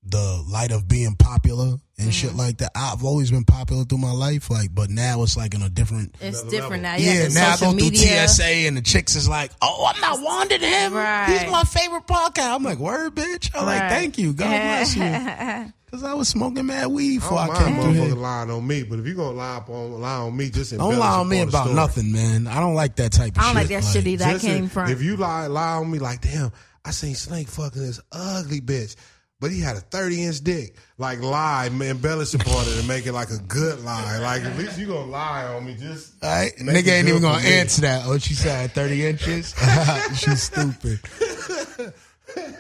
[SPEAKER 2] the light of being popular and shit like that. I've always been popular through my life, like, but now it's like in a different.
[SPEAKER 3] It's different now.
[SPEAKER 2] Yeah,
[SPEAKER 3] Yeah,
[SPEAKER 2] now I
[SPEAKER 3] social
[SPEAKER 2] go through
[SPEAKER 3] media.
[SPEAKER 2] TSA and the chicks is like, "Oh, I'm not wanted him.
[SPEAKER 3] Right.
[SPEAKER 2] He's my favorite podcast." I'm like, "Word, bitch." I'm like,
[SPEAKER 3] Right.
[SPEAKER 2] "Thank you,
[SPEAKER 3] [laughs]
[SPEAKER 2] God bless you," because I was smoking mad weed
[SPEAKER 4] I
[SPEAKER 2] before I,
[SPEAKER 4] don't mind
[SPEAKER 2] came through here.
[SPEAKER 4] Oh motherfucker lying on me, but if you gonna lie up on lie on me, just
[SPEAKER 2] Don't
[SPEAKER 4] embellish
[SPEAKER 2] lie on me
[SPEAKER 4] upon the
[SPEAKER 2] about
[SPEAKER 4] story.
[SPEAKER 2] nothing, man. I don't like that type of
[SPEAKER 3] I don't like
[SPEAKER 2] shit.
[SPEAKER 3] that shit either. I
[SPEAKER 4] Just
[SPEAKER 3] came
[SPEAKER 4] if,
[SPEAKER 3] from.
[SPEAKER 4] If you lie lie on me, like damn, I seen Snake fucking this ugly bitch, but he had a thirty inch dick. Like lie, man, embellish upon it and make it like a good lie. Like at least you gonna lie on me. Just
[SPEAKER 2] All right,
[SPEAKER 4] Make it
[SPEAKER 2] nigga ain't
[SPEAKER 4] good
[SPEAKER 2] even
[SPEAKER 4] for
[SPEAKER 2] gonna
[SPEAKER 4] me.
[SPEAKER 2] answer that. Oh, she said thirty
[SPEAKER 4] [laughs]
[SPEAKER 2] inches. [laughs] She's stupid.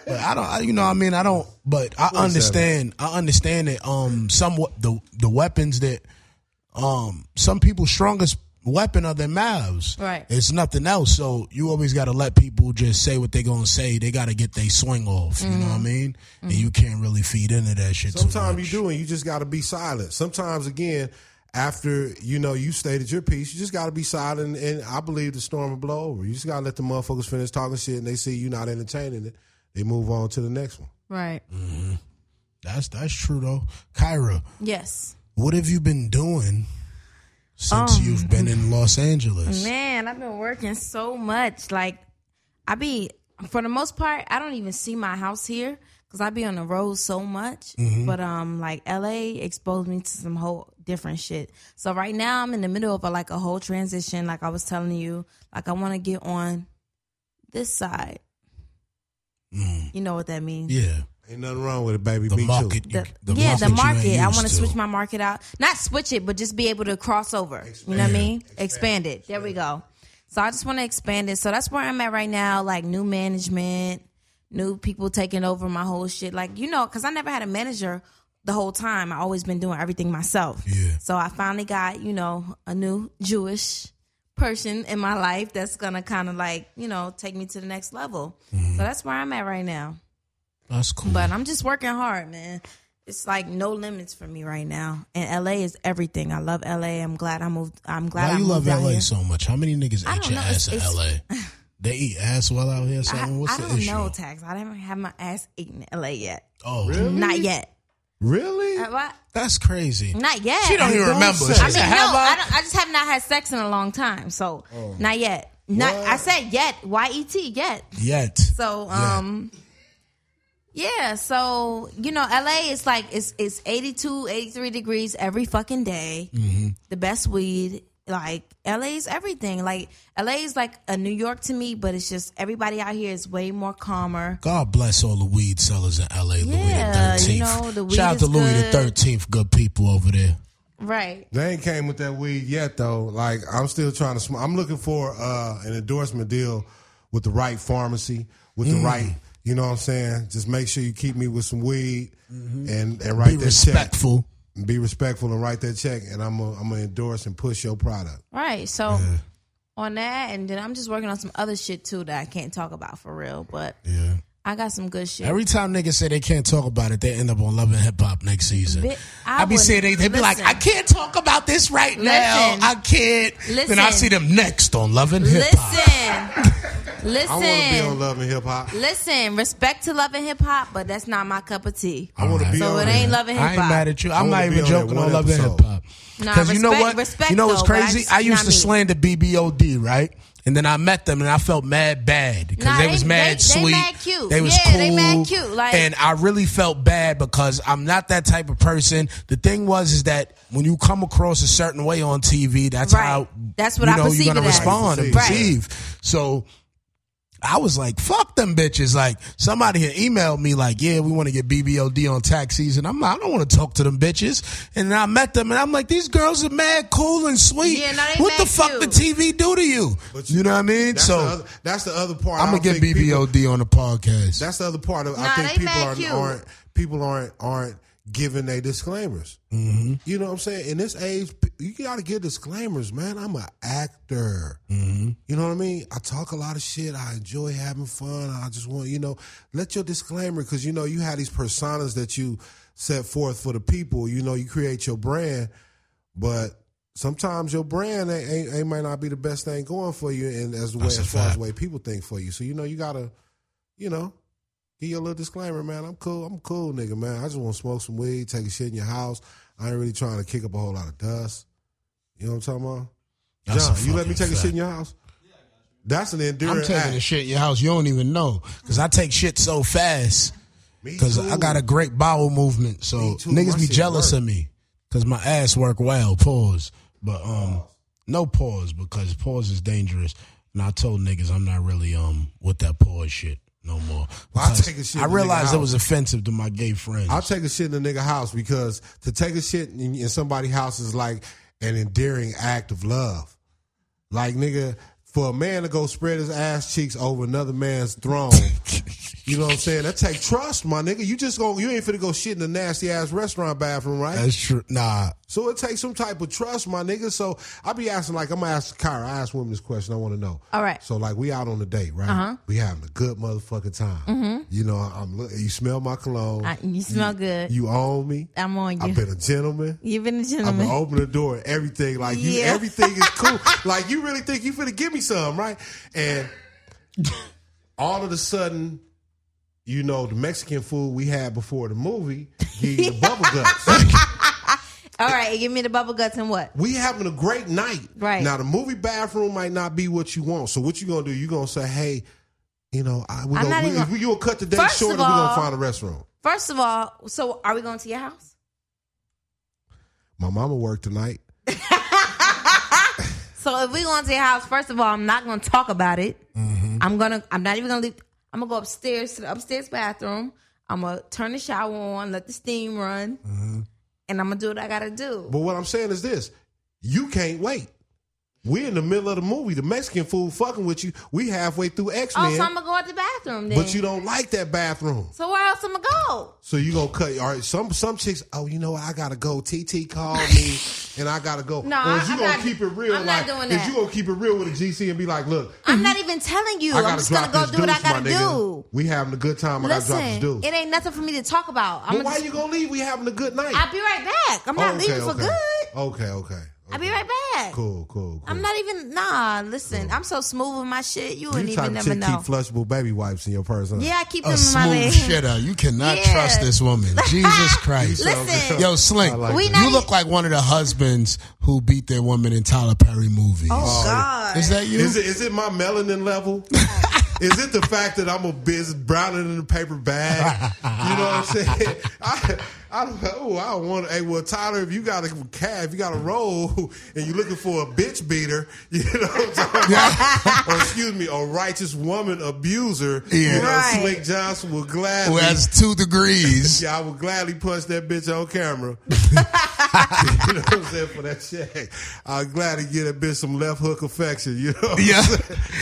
[SPEAKER 2] But I don't, I, you know, what I mean, I don't. But I understand. I understand that. Um, some we- the the weapons that, um, some people's strongest weapon are their mouths.
[SPEAKER 3] Right.
[SPEAKER 2] It's nothing else. So you always got to let people just say what they gonna say. They got to get they swing off. You know what I mean? And you can't really feed into that shit. too
[SPEAKER 4] Sometimes
[SPEAKER 2] much.
[SPEAKER 4] you do, and you just got to be silent. Sometimes, again, after you know you stated your piece, you just got to be silent. And I believe the storm will blow over. You just got to let the motherfuckers finish talking shit, and they see you not entertaining it, they move on to the next one.
[SPEAKER 5] Right.
[SPEAKER 2] That's that's true though, Kyra.
[SPEAKER 5] Yes.
[SPEAKER 2] What have you been doing since you've been in Los Angeles?
[SPEAKER 3] Um, Man, I've been working so much. Like, I be for the most part, I don't even see my house here because I be on the road so much.
[SPEAKER 4] Mm-hmm.
[SPEAKER 3] But um, like LA exposed me to some whole different shit. So right now, I'm in the middle of a, like a whole transition. Like I was telling you, like I want to get on this side.
[SPEAKER 4] Mm.
[SPEAKER 3] You know what that means.
[SPEAKER 2] Yeah,
[SPEAKER 4] Ain't nothing wrong with it, baby.
[SPEAKER 2] the
[SPEAKER 4] Me
[SPEAKER 2] market.
[SPEAKER 4] too.
[SPEAKER 2] you-
[SPEAKER 3] The- yeah, the
[SPEAKER 2] you ain't
[SPEAKER 3] market. I
[SPEAKER 2] used
[SPEAKER 3] want to
[SPEAKER 2] to.
[SPEAKER 3] switch my market out. Not switch it, but just be able to cross over. You know what I mean? Expand, it. There we go. So I just want to expand it. So that's where I'm at right now. Like new management, new people taking over my whole shit. Like you know, because I never had a manager the whole time. I always been doing everything myself.
[SPEAKER 2] Yeah.
[SPEAKER 3] So I finally got you know a new Jewish person in my life that's gonna kind of like you know take me to the next level.
[SPEAKER 2] Mm-hmm.
[SPEAKER 3] So that's where I'm at right now.
[SPEAKER 2] That's cool.
[SPEAKER 3] But I'm just working hard, man. It's like no limits for me right now. And LA is everything. I love LA. I'm glad I moved. I'm glad
[SPEAKER 2] Why
[SPEAKER 3] I
[SPEAKER 2] you love
[SPEAKER 3] moved out
[SPEAKER 2] LA
[SPEAKER 3] here.
[SPEAKER 2] so much? How many niggas
[SPEAKER 3] I
[SPEAKER 2] eat
[SPEAKER 3] don't
[SPEAKER 2] your
[SPEAKER 3] know.
[SPEAKER 2] ass in
[SPEAKER 3] It's-
[SPEAKER 2] LA? They eat ass while out here.
[SPEAKER 3] I,
[SPEAKER 2] Something. What's
[SPEAKER 3] I
[SPEAKER 2] the
[SPEAKER 3] don't
[SPEAKER 2] issue?
[SPEAKER 3] know, Tax. I haven't had my ass eaten in LA yet.
[SPEAKER 2] Oh,
[SPEAKER 3] Not yet.
[SPEAKER 4] Really?
[SPEAKER 3] Uh, what?
[SPEAKER 2] that's crazy.
[SPEAKER 3] Not yet.
[SPEAKER 2] She don't even
[SPEAKER 4] don't
[SPEAKER 2] remember.
[SPEAKER 4] say.
[SPEAKER 2] She
[SPEAKER 4] I
[SPEAKER 3] I mean,
[SPEAKER 2] said,
[SPEAKER 3] no,
[SPEAKER 2] "Have
[SPEAKER 3] I,
[SPEAKER 2] I?" Oh.
[SPEAKER 3] don't, I just have not had sex in a long time. So, not yet. Not. I said yet. Y E T yet.
[SPEAKER 2] Yet.
[SPEAKER 3] So um yeah, so you know LA is like it's it's 82, 83 degrees every fucking day. The best weed like LA is everything. Like LA is like a New York to me, but it's just everybody out here is way more calmer.
[SPEAKER 2] God bless all the weed sellers in LA. Louis the
[SPEAKER 3] Yeah, you
[SPEAKER 2] Thirteenth.
[SPEAKER 3] know, the weed
[SPEAKER 2] Shout out to
[SPEAKER 3] is
[SPEAKER 2] Louis the
[SPEAKER 3] good.
[SPEAKER 2] Thirteenth. Good people over there.
[SPEAKER 3] Right.
[SPEAKER 4] They ain't came with that weed yet though. Like I'm still trying to. Sm- I'm looking for uh, an endorsement deal with the right pharmacy, with
[SPEAKER 2] Mm.
[SPEAKER 4] the right. You know what I'm saying? Just make sure you keep me with some weed and and write
[SPEAKER 2] Mm-hmm. Be
[SPEAKER 4] that check.
[SPEAKER 2] respectful.
[SPEAKER 4] Be respectful and write that check, and I'm gonna I'm gonna endorse and push your product.
[SPEAKER 3] Right. So on that and then I'm just working on some other shit too that I can't talk about for real, but
[SPEAKER 2] Yeah.
[SPEAKER 3] I got some good shit.
[SPEAKER 2] Every time niggas say they can't talk about it, they end up on Love and Hip Hop next season.
[SPEAKER 3] Bi- I
[SPEAKER 2] I, be
[SPEAKER 3] wouldn't-
[SPEAKER 2] saying they, they be like,
[SPEAKER 3] listen.
[SPEAKER 2] I can't talk about this right now.
[SPEAKER 3] Listen.
[SPEAKER 2] I can't. Then I
[SPEAKER 3] Listen.
[SPEAKER 2] see them next on Love and [laughs] Hip Hop.
[SPEAKER 3] listen. listen.
[SPEAKER 4] I want to be on Love and Hip Hop.
[SPEAKER 3] Listen, respect to love and hip hop, but that's not my cup of tea.
[SPEAKER 4] I want to
[SPEAKER 2] Alright.
[SPEAKER 4] be
[SPEAKER 2] So
[SPEAKER 4] on
[SPEAKER 3] it
[SPEAKER 4] there.
[SPEAKER 3] ain't Love and
[SPEAKER 2] I ain't
[SPEAKER 3] Hip Hop.
[SPEAKER 2] mad at you.
[SPEAKER 4] I
[SPEAKER 2] I'm
[SPEAKER 4] wanna
[SPEAKER 2] not
[SPEAKER 4] be
[SPEAKER 2] even
[SPEAKER 4] on that
[SPEAKER 2] joking
[SPEAKER 4] one
[SPEAKER 2] on Love and
[SPEAKER 4] episode.
[SPEAKER 2] Hip Hop.
[SPEAKER 3] Nah,
[SPEAKER 2] Because you know
[SPEAKER 3] respect-
[SPEAKER 2] what?
[SPEAKER 3] respect
[SPEAKER 2] you know what's
[SPEAKER 3] though, but I
[SPEAKER 2] crazy?
[SPEAKER 3] just-
[SPEAKER 2] I used
[SPEAKER 3] not
[SPEAKER 2] to
[SPEAKER 3] me.
[SPEAKER 2] slander BBOD, right? And then I met them and I felt mad bad because
[SPEAKER 3] Nah,
[SPEAKER 2] they
[SPEAKER 3] they-
[SPEAKER 2] was mad
[SPEAKER 3] they- they
[SPEAKER 2] sweet.
[SPEAKER 3] mad cute.
[SPEAKER 2] They was
[SPEAKER 3] Yeah,
[SPEAKER 2] cool.
[SPEAKER 3] they mad cute, like-
[SPEAKER 2] and I really felt bad because I'm not that type of person. The thing was is that when you come across a certain way on TV, that's
[SPEAKER 3] Right.
[SPEAKER 2] how
[SPEAKER 3] That's what
[SPEAKER 2] you
[SPEAKER 3] I
[SPEAKER 2] know,
[SPEAKER 3] perceive
[SPEAKER 2] you're gonna
[SPEAKER 3] it as.
[SPEAKER 2] respond and
[SPEAKER 3] Right.
[SPEAKER 2] perceive. So I was like, fuck them bitches. Like somebody had emailed me like, yeah, we want to get BBOD on tax season. I'm like, I don't want to talk to them bitches. And then I met them and I'm like, these girls are mad cool and sweet.
[SPEAKER 3] Yeah, no, they
[SPEAKER 2] what the
[SPEAKER 3] mad
[SPEAKER 2] fuck
[SPEAKER 3] cute.
[SPEAKER 2] the TV do to you?
[SPEAKER 4] But
[SPEAKER 2] you know what I mean?
[SPEAKER 4] That's
[SPEAKER 2] So
[SPEAKER 4] the other, that's the other part.
[SPEAKER 2] I'm
[SPEAKER 4] I
[SPEAKER 2] gonna get
[SPEAKER 4] don't think people-
[SPEAKER 2] BBOD on the podcast.
[SPEAKER 4] That's the other part of.
[SPEAKER 3] Nah,
[SPEAKER 4] I
[SPEAKER 3] they
[SPEAKER 4] think people
[SPEAKER 3] mad
[SPEAKER 4] aren't,
[SPEAKER 3] cute.
[SPEAKER 4] aren't people aren't aren't giving their disclaimers. Mm-hmm. You know what I'm saying? In this age, p- you got to give disclaimers, man. I'm an actor. Mm-hmm. You know what I mean? I talk a lot of shit. I enjoy having fun. I just want you know, let your disclaimer because you know you have these personas that you set forth for the people. You know, you create your brand, but. Sometimes your brand ain't, ain't, ain't might not be the best thing going for you, and as the way
[SPEAKER 2] That's a
[SPEAKER 4] as far as
[SPEAKER 2] fact.
[SPEAKER 4] the way people think for you. So you know you gotta, you know, Give you a little disclaimer, man. I'm cool. I'm cool, nigga, man. I just want to smoke some weed, take a shit in your house. I ain't really trying to kick up a whole lot of dust. You know what I'm talking about?
[SPEAKER 2] That's a
[SPEAKER 4] John, you let me
[SPEAKER 2] fucking
[SPEAKER 4] take a shit
[SPEAKER 2] fact.
[SPEAKER 4] in your house? That's an
[SPEAKER 2] I'm
[SPEAKER 4] enduring
[SPEAKER 2] taking the
[SPEAKER 4] act.
[SPEAKER 2] shit in your house. You don't even know because I take shit so fast
[SPEAKER 4] Me
[SPEAKER 2] because
[SPEAKER 4] too.
[SPEAKER 2] I got a great bowel movement. So
[SPEAKER 4] Me too.
[SPEAKER 2] niggas
[SPEAKER 4] My
[SPEAKER 2] be
[SPEAKER 4] shit
[SPEAKER 2] jealous
[SPEAKER 4] work.
[SPEAKER 2] of me because my ass work well. Pause, but um, no pause because pause is dangerous. And I told niggas I'm not really um with that pause shit no more.
[SPEAKER 4] Well, I
[SPEAKER 2] Because
[SPEAKER 4] take a shit
[SPEAKER 2] I
[SPEAKER 4] in the nigga
[SPEAKER 2] realized it
[SPEAKER 4] house.
[SPEAKER 2] was offensive to my gay friends.
[SPEAKER 4] I'll take a shit in a nigga house because to take a shit in, in somebody's house is like an endearing act of love. Like nigga, for a man to go spread his ass cheeks over another man's throne, you know what I'm saying? That take trust, my nigga. You just go, you ain't finna go shit in a nasty ass restaurant bathroom, right?
[SPEAKER 2] That's true. Nah,
[SPEAKER 4] so it takes some type of trust, my nigga. So I be asking, like, I'm gonna ask Kyra, I ask women this question. I want to know.
[SPEAKER 3] All right. Uh-huh.
[SPEAKER 4] So like, we out on a date, right? We having a good motherfucking time. You know, I'm. look- You smell my cologne.
[SPEAKER 3] Mm-hmm. I, you smell good.
[SPEAKER 4] you own me.
[SPEAKER 3] I'm on you.
[SPEAKER 4] I've been a gentleman.
[SPEAKER 3] You've been a
[SPEAKER 4] I've been
[SPEAKER 3] gentleman.
[SPEAKER 4] opening the door, and everything. Like you,
[SPEAKER 3] Uh-huh. Yeah. [laughs]
[SPEAKER 4] everything is cool. like you really think you finna give me some, right? And all of a sudden, you know, the Mexican food we had before the movie,
[SPEAKER 3] [laughs]
[SPEAKER 4] give you the bubble guts.
[SPEAKER 3] All right, give me the bubble guts and what?
[SPEAKER 4] We having a great night.
[SPEAKER 3] Right.
[SPEAKER 4] Now the movie bathroom might not be what you want. So what you gonna do? You gonna say, hey, you know, I, we
[SPEAKER 3] I'm
[SPEAKER 4] gonna,
[SPEAKER 3] not
[SPEAKER 4] we,
[SPEAKER 3] even gonna-
[SPEAKER 4] we- you'll cut the date
[SPEAKER 3] First
[SPEAKER 4] short
[SPEAKER 3] of
[SPEAKER 4] and we're gonna
[SPEAKER 3] all-
[SPEAKER 4] find a restaurant.
[SPEAKER 3] First of all, so are we going to your house?
[SPEAKER 4] My mama worked tonight.
[SPEAKER 3] So if we going to your house, first of all, I'm not going to talk about it.
[SPEAKER 4] Mm-hmm.
[SPEAKER 3] I'm gonna. I'm not even gonna leave. I'm gonna go upstairs to the upstairs bathroom. I'm gonna turn the shower on, let the steam run, and I'm gonna do what I gotta do.
[SPEAKER 4] Mm-hmm. But what I'm saying is this: you can't wait. We're in the middle of the movie. The Mexican food fucking with you. We halfway through X
[SPEAKER 3] Oh,
[SPEAKER 4] Men,
[SPEAKER 3] so I'm gonna go out the bathroom then.
[SPEAKER 4] but you don't like that bathroom,
[SPEAKER 3] so where else I'm gonna go?
[SPEAKER 4] so you gonna cut. All right, some some chicks. Oh, you know what? I gotta go. TT called me, and I gotta go.
[SPEAKER 3] No,
[SPEAKER 4] or
[SPEAKER 3] I-
[SPEAKER 4] is you
[SPEAKER 3] I'm
[SPEAKER 4] gonna
[SPEAKER 3] not-
[SPEAKER 4] keep it real?
[SPEAKER 3] I'm
[SPEAKER 4] like,
[SPEAKER 3] not doing
[SPEAKER 4] is
[SPEAKER 3] that.
[SPEAKER 4] you gonna keep it real with a GC and be like, look,
[SPEAKER 3] I'm not even telling you.
[SPEAKER 4] Mm-hmm. I gotta
[SPEAKER 3] I'm just
[SPEAKER 4] drop
[SPEAKER 3] gonna go
[SPEAKER 4] this
[SPEAKER 3] do what I
[SPEAKER 4] deuce, my
[SPEAKER 3] gotta
[SPEAKER 4] nigga.
[SPEAKER 3] do.
[SPEAKER 4] We having a good time. I gotta drop this
[SPEAKER 3] Listen,
[SPEAKER 4] dude.
[SPEAKER 3] it ain't nothing for me to talk about. I'm
[SPEAKER 4] But why
[SPEAKER 3] just,
[SPEAKER 4] you gonna leave? We having a good night.
[SPEAKER 3] I'll be right back. I'm
[SPEAKER 4] Oh,
[SPEAKER 3] not
[SPEAKER 4] okay,
[SPEAKER 3] leaving for
[SPEAKER 4] okay.
[SPEAKER 3] good.
[SPEAKER 4] Okay, okay. okay.
[SPEAKER 3] I'll be right back.
[SPEAKER 4] Cool, cool, cool.
[SPEAKER 3] I'm not even nah. Listen, I'm so smooth with my shit. You wouldn't
[SPEAKER 4] You type
[SPEAKER 3] even
[SPEAKER 4] of
[SPEAKER 3] never
[SPEAKER 4] chick
[SPEAKER 3] know.
[SPEAKER 4] keep flushable baby wipes in your purse, huh?
[SPEAKER 3] yeah, I keep them
[SPEAKER 2] a
[SPEAKER 3] in my
[SPEAKER 2] smooth
[SPEAKER 3] leg.
[SPEAKER 2] shitter. You cannot
[SPEAKER 3] Yeah.
[SPEAKER 2] trust this woman.
[SPEAKER 3] [laughs]
[SPEAKER 2] Jesus Christ.
[SPEAKER 3] Listen,
[SPEAKER 2] Yo, Slink,
[SPEAKER 4] I like
[SPEAKER 3] We
[SPEAKER 2] you
[SPEAKER 3] that. not- e-
[SPEAKER 2] look like one of the husbands who beat their woman in Tyler Perry movies.
[SPEAKER 3] [laughs] oh God,
[SPEAKER 2] Is that you?
[SPEAKER 4] Is it is it my
[SPEAKER 3] [laughs]
[SPEAKER 4] melanin level? is it the fact that I'm a biz browner than a paper bag? You know what I'm saying?
[SPEAKER 3] [laughs]
[SPEAKER 4] I, I don't know. I don't want. Hey, well, Tyler, if you got a calf, if you got a roll, [laughs] and you're looking for a bitch beater, [laughs] you know what I'm
[SPEAKER 3] [laughs]
[SPEAKER 4] talking about? or excuse me, a righteous woman abuser.
[SPEAKER 2] Yeah.
[SPEAKER 4] You know,
[SPEAKER 3] Right.
[SPEAKER 4] Slick Johnson will gladly.
[SPEAKER 2] Who has two [laughs] degrees?
[SPEAKER 4] [laughs] Yeah, I would gladly punch that bitch on camera. [laughs] you know what I'm saying? For that check. I'd gladly give that bitch some left hook affection, you know?
[SPEAKER 2] Yeah. [laughs]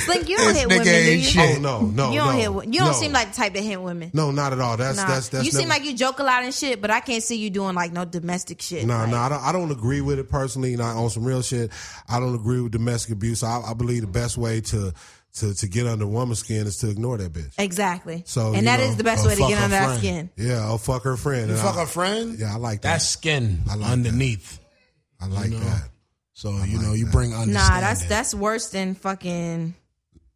[SPEAKER 3] Slink, you don't
[SPEAKER 2] This
[SPEAKER 3] hit
[SPEAKER 2] nigga
[SPEAKER 3] women, do
[SPEAKER 2] ain't
[SPEAKER 3] you?
[SPEAKER 2] shit.
[SPEAKER 4] [laughs] Oh no, no.
[SPEAKER 3] You don't
[SPEAKER 4] no,
[SPEAKER 3] hit. wo- You don't
[SPEAKER 4] no.
[SPEAKER 3] seem like the type that hit women.
[SPEAKER 4] No, not at all. That's
[SPEAKER 3] Nah.
[SPEAKER 4] that's that's
[SPEAKER 3] you seem like you joke a lot and shit, but I can't see you doing like no domestic shit.
[SPEAKER 4] no,
[SPEAKER 3] like,
[SPEAKER 4] no, I don't. I don't agree with it personally. And I on some real shit. I don't agree with domestic abuse. I, I believe the best way to to to get under woman's skin is to ignore that bitch.
[SPEAKER 3] Exactly.
[SPEAKER 4] So
[SPEAKER 3] and
[SPEAKER 4] you
[SPEAKER 3] that is
[SPEAKER 4] know,
[SPEAKER 3] the best
[SPEAKER 2] or
[SPEAKER 3] way to
[SPEAKER 2] fuck
[SPEAKER 3] get
[SPEAKER 2] her
[SPEAKER 3] under our
[SPEAKER 2] friend.
[SPEAKER 3] skin.
[SPEAKER 4] Yeah, oh fuck her friend. And I,
[SPEAKER 2] friend?
[SPEAKER 4] Yeah, I like that.
[SPEAKER 2] That's skin
[SPEAKER 4] like
[SPEAKER 2] underneath.
[SPEAKER 4] I like
[SPEAKER 2] you know.
[SPEAKER 4] that.
[SPEAKER 2] So, you know, you bring understanding.
[SPEAKER 3] Nah, that's that's worse than fucking.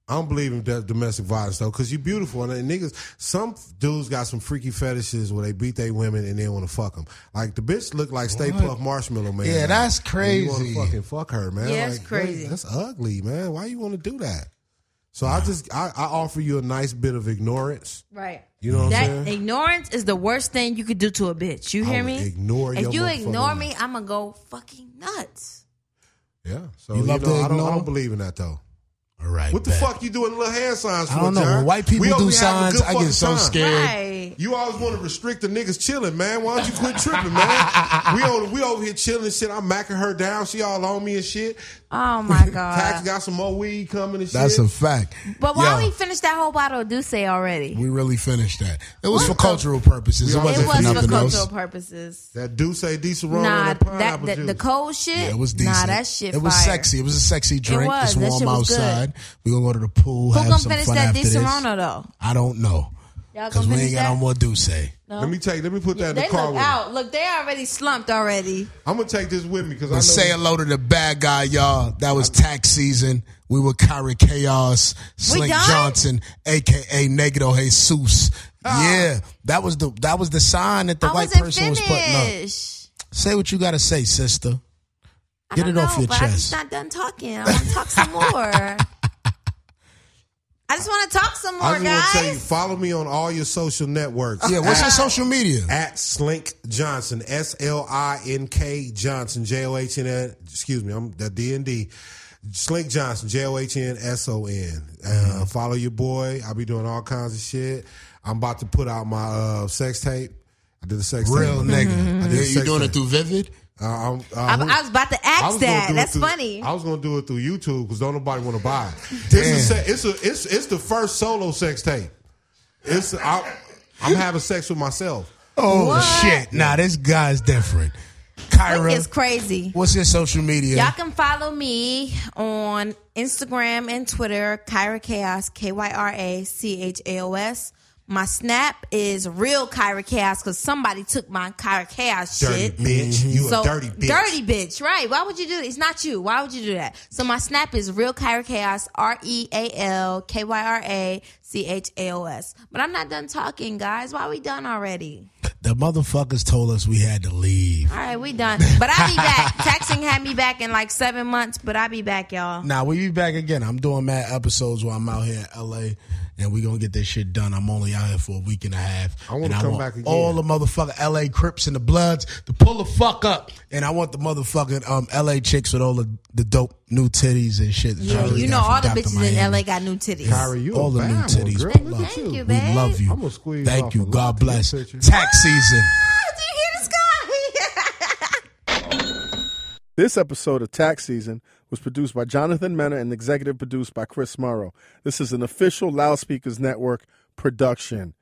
[SPEAKER 4] I don't believe in de- domestic violence though, because you beautiful and, and niggas. Some dudes got some freaky fetishes where they beat they women and they want to fuck them. Like the bitch look like Stay Puff Marshmallow Man.
[SPEAKER 2] Yeah, that's
[SPEAKER 4] And You
[SPEAKER 2] crazy.
[SPEAKER 4] want to fucking fuck her, man?
[SPEAKER 3] Yeah,
[SPEAKER 4] like,
[SPEAKER 3] it's crazy.
[SPEAKER 4] that- That's ugly, man. Why you want to do that? So I just I, I offer you a nice bit of ignorance.
[SPEAKER 3] Right.
[SPEAKER 4] You know what I'm
[SPEAKER 3] That
[SPEAKER 4] saying?
[SPEAKER 3] ignorance is the worst thing you could do to a bitch. You
[SPEAKER 4] I
[SPEAKER 3] hear
[SPEAKER 4] would
[SPEAKER 3] me?
[SPEAKER 4] ignore your
[SPEAKER 3] if you
[SPEAKER 4] motherfucking
[SPEAKER 3] ignore me,
[SPEAKER 4] mind.
[SPEAKER 3] I'm gonna go fucking nuts.
[SPEAKER 4] yeah. So
[SPEAKER 2] You
[SPEAKER 4] you,
[SPEAKER 2] love
[SPEAKER 4] know,
[SPEAKER 2] to
[SPEAKER 4] I, don't, I
[SPEAKER 2] ignore?
[SPEAKER 4] don't believe in that though.
[SPEAKER 2] All right.
[SPEAKER 4] What the
[SPEAKER 2] bet.
[SPEAKER 4] fuck you doing little hand signs for?
[SPEAKER 2] I don't know.
[SPEAKER 4] John?
[SPEAKER 2] When white
[SPEAKER 4] We
[SPEAKER 2] people do
[SPEAKER 4] over here having a
[SPEAKER 2] signs,
[SPEAKER 4] good
[SPEAKER 2] I get
[SPEAKER 4] fucking
[SPEAKER 2] so
[SPEAKER 4] time.
[SPEAKER 2] scared.
[SPEAKER 3] Right.
[SPEAKER 4] You always want to restrict the niggas chilling, man. Why don't you quit tripping, man? we on we over here chilling shit. I'm macking her down. She all on me and shit.
[SPEAKER 2] [laughs]
[SPEAKER 3] Oh my
[SPEAKER 4] Tax
[SPEAKER 3] god.
[SPEAKER 4] got some more weed coming and
[SPEAKER 2] That's
[SPEAKER 4] shit.
[SPEAKER 2] a fact.
[SPEAKER 3] But why
[SPEAKER 2] Yo,
[SPEAKER 3] we finished that whole bottle of Douce already?
[SPEAKER 2] we really finished that. It was for
[SPEAKER 4] What the-
[SPEAKER 2] cultural purposes. It
[SPEAKER 4] It
[SPEAKER 2] wasn't
[SPEAKER 3] It
[SPEAKER 2] for
[SPEAKER 3] was for
[SPEAKER 2] nothing
[SPEAKER 3] cultural
[SPEAKER 2] else.
[SPEAKER 3] purposes.
[SPEAKER 4] that Duce Di Serrano
[SPEAKER 3] Nah,
[SPEAKER 4] and that
[SPEAKER 3] that,
[SPEAKER 4] pineapple
[SPEAKER 3] that
[SPEAKER 4] juice.
[SPEAKER 3] the cold shit.
[SPEAKER 2] Yeah, it was decent.
[SPEAKER 3] Nah, that shit.
[SPEAKER 2] It was
[SPEAKER 3] fire.
[SPEAKER 2] sexy. It was a sexy drink.
[SPEAKER 3] was.
[SPEAKER 2] It's
[SPEAKER 3] That
[SPEAKER 2] warm
[SPEAKER 3] shit was good.
[SPEAKER 2] outside. We gonna go to the pool.
[SPEAKER 3] Who
[SPEAKER 2] have
[SPEAKER 3] gonna
[SPEAKER 2] some
[SPEAKER 3] finish
[SPEAKER 2] fun
[SPEAKER 3] that
[SPEAKER 2] after
[SPEAKER 3] Di
[SPEAKER 2] this.
[SPEAKER 3] Serrano though?
[SPEAKER 2] I don't know.
[SPEAKER 3] Y'all
[SPEAKER 2] Cause
[SPEAKER 3] gonna
[SPEAKER 2] we
[SPEAKER 3] finish
[SPEAKER 2] ain't got
[SPEAKER 3] that?
[SPEAKER 2] no more Duce.
[SPEAKER 3] No.
[SPEAKER 4] Let me take. Let me put that in
[SPEAKER 3] they
[SPEAKER 4] the
[SPEAKER 3] look
[SPEAKER 4] car with me.
[SPEAKER 3] out. Look, they already slumped already.
[SPEAKER 4] I'm gonna take this with me because I know
[SPEAKER 2] But say hello to the bad guy, y'all. That was tax season. We were Kyrie Chaos, Slink
[SPEAKER 3] done?
[SPEAKER 2] Johnson, aka Negro Jesus. Yeah, that was the that was the sign that the
[SPEAKER 3] Ah. I
[SPEAKER 2] white
[SPEAKER 3] wasn't
[SPEAKER 2] person was
[SPEAKER 3] finished.
[SPEAKER 2] putting up. Say what you gotta say, sister.
[SPEAKER 3] I
[SPEAKER 2] Get
[SPEAKER 3] don't
[SPEAKER 2] it off
[SPEAKER 3] know,
[SPEAKER 2] your
[SPEAKER 3] but I'm
[SPEAKER 2] chest.
[SPEAKER 3] just not done talking. I want to talk some
[SPEAKER 4] [laughs]
[SPEAKER 3] more. I just want to talk some more,
[SPEAKER 4] I just want to tell you,
[SPEAKER 3] guys.
[SPEAKER 4] follow me on all your social networks.
[SPEAKER 2] Yeah, what's your social media?
[SPEAKER 4] At Slink Johnson, S L I N K Johnson, J O H N N. Excuse me, I'm the D N D. Slink Johnson, J O H N S O N. Uh, Follow your boy. I'll be doing all kinds of shit. I'm about to put out my uh, sex tape. I did a sex
[SPEAKER 2] Real
[SPEAKER 4] tape. [laughs]
[SPEAKER 2] nigga.
[SPEAKER 4] did
[SPEAKER 2] Yeah, you
[SPEAKER 4] sex
[SPEAKER 2] doing
[SPEAKER 4] tape.
[SPEAKER 2] it through Vivid?
[SPEAKER 4] Uh, I'm, uh,
[SPEAKER 3] I,
[SPEAKER 4] who-
[SPEAKER 3] I was about to
[SPEAKER 4] I
[SPEAKER 3] ask
[SPEAKER 4] was gonna
[SPEAKER 3] that.
[SPEAKER 4] do it
[SPEAKER 3] That's
[SPEAKER 4] through-
[SPEAKER 3] funny.
[SPEAKER 4] I was gonna do it through YouTube because don't nobody want to buy [laughs] it. This is se- it's a, it's it's the first solo sex tape. It's I, I'm having sex with myself.
[SPEAKER 2] Oh
[SPEAKER 3] What?
[SPEAKER 2] shit! Nah, this guy's different.
[SPEAKER 3] Link is
[SPEAKER 2] Kyra,
[SPEAKER 3] crazy.
[SPEAKER 2] what's your social media?
[SPEAKER 3] Y'all can follow me on Instagram and Twitter, Kyra Chaos, K Y R A C H A O S. My snap is real Kyra Chaos because somebody took my Kyra Chaos
[SPEAKER 4] Dirty
[SPEAKER 3] shit.
[SPEAKER 4] bitch, you
[SPEAKER 3] So
[SPEAKER 4] a dirty bitch.
[SPEAKER 3] Dirty bitch, right. Why would you do it? It's not you. Why would you do that? So my snap is real Kyra Chaos, R E A L K Y R A C H A O S. But I'm not done talking, guys. Why we done already?
[SPEAKER 2] The motherfuckers told us we had to leave.
[SPEAKER 3] All right, we done. But I'll be back.
[SPEAKER 4] [laughs]
[SPEAKER 3] Texting had me back in like seven months, but I'll be back, y'all.
[SPEAKER 2] Now we be back again. I'm doing mad episodes while I'm out here in LA, and we gonna get this shit done. I'm only out here for a week and a half.
[SPEAKER 4] I wanna
[SPEAKER 2] and
[SPEAKER 4] come back again.
[SPEAKER 2] All the motherfucking LA Crips and the Bloods to pull the fuck up, and I want the motherfucking um LA chicks with all the, the dope new titties and shit.
[SPEAKER 3] Yeah, you know all the bitches in LA got new titties.
[SPEAKER 4] Kyrie, you
[SPEAKER 2] All
[SPEAKER 4] a
[SPEAKER 2] the new
[SPEAKER 4] bad
[SPEAKER 2] titties.
[SPEAKER 4] One, girl.
[SPEAKER 2] pull
[SPEAKER 4] Look
[SPEAKER 2] up.
[SPEAKER 4] at you.
[SPEAKER 3] you,
[SPEAKER 2] we
[SPEAKER 3] babe.
[SPEAKER 2] love you.
[SPEAKER 4] I'm gonna squeeze
[SPEAKER 2] Thank
[SPEAKER 4] off
[SPEAKER 2] you.
[SPEAKER 4] a
[SPEAKER 2] God
[SPEAKER 4] lot to your
[SPEAKER 2] bless.
[SPEAKER 4] picture.
[SPEAKER 2] Tax season.
[SPEAKER 3] [laughs] Do you hear this guy? [laughs]
[SPEAKER 6] This episode of Tax Season was produced by Jonathan Mena and executive produced by Chris Morrow. This is an official Loudspeakers Network production.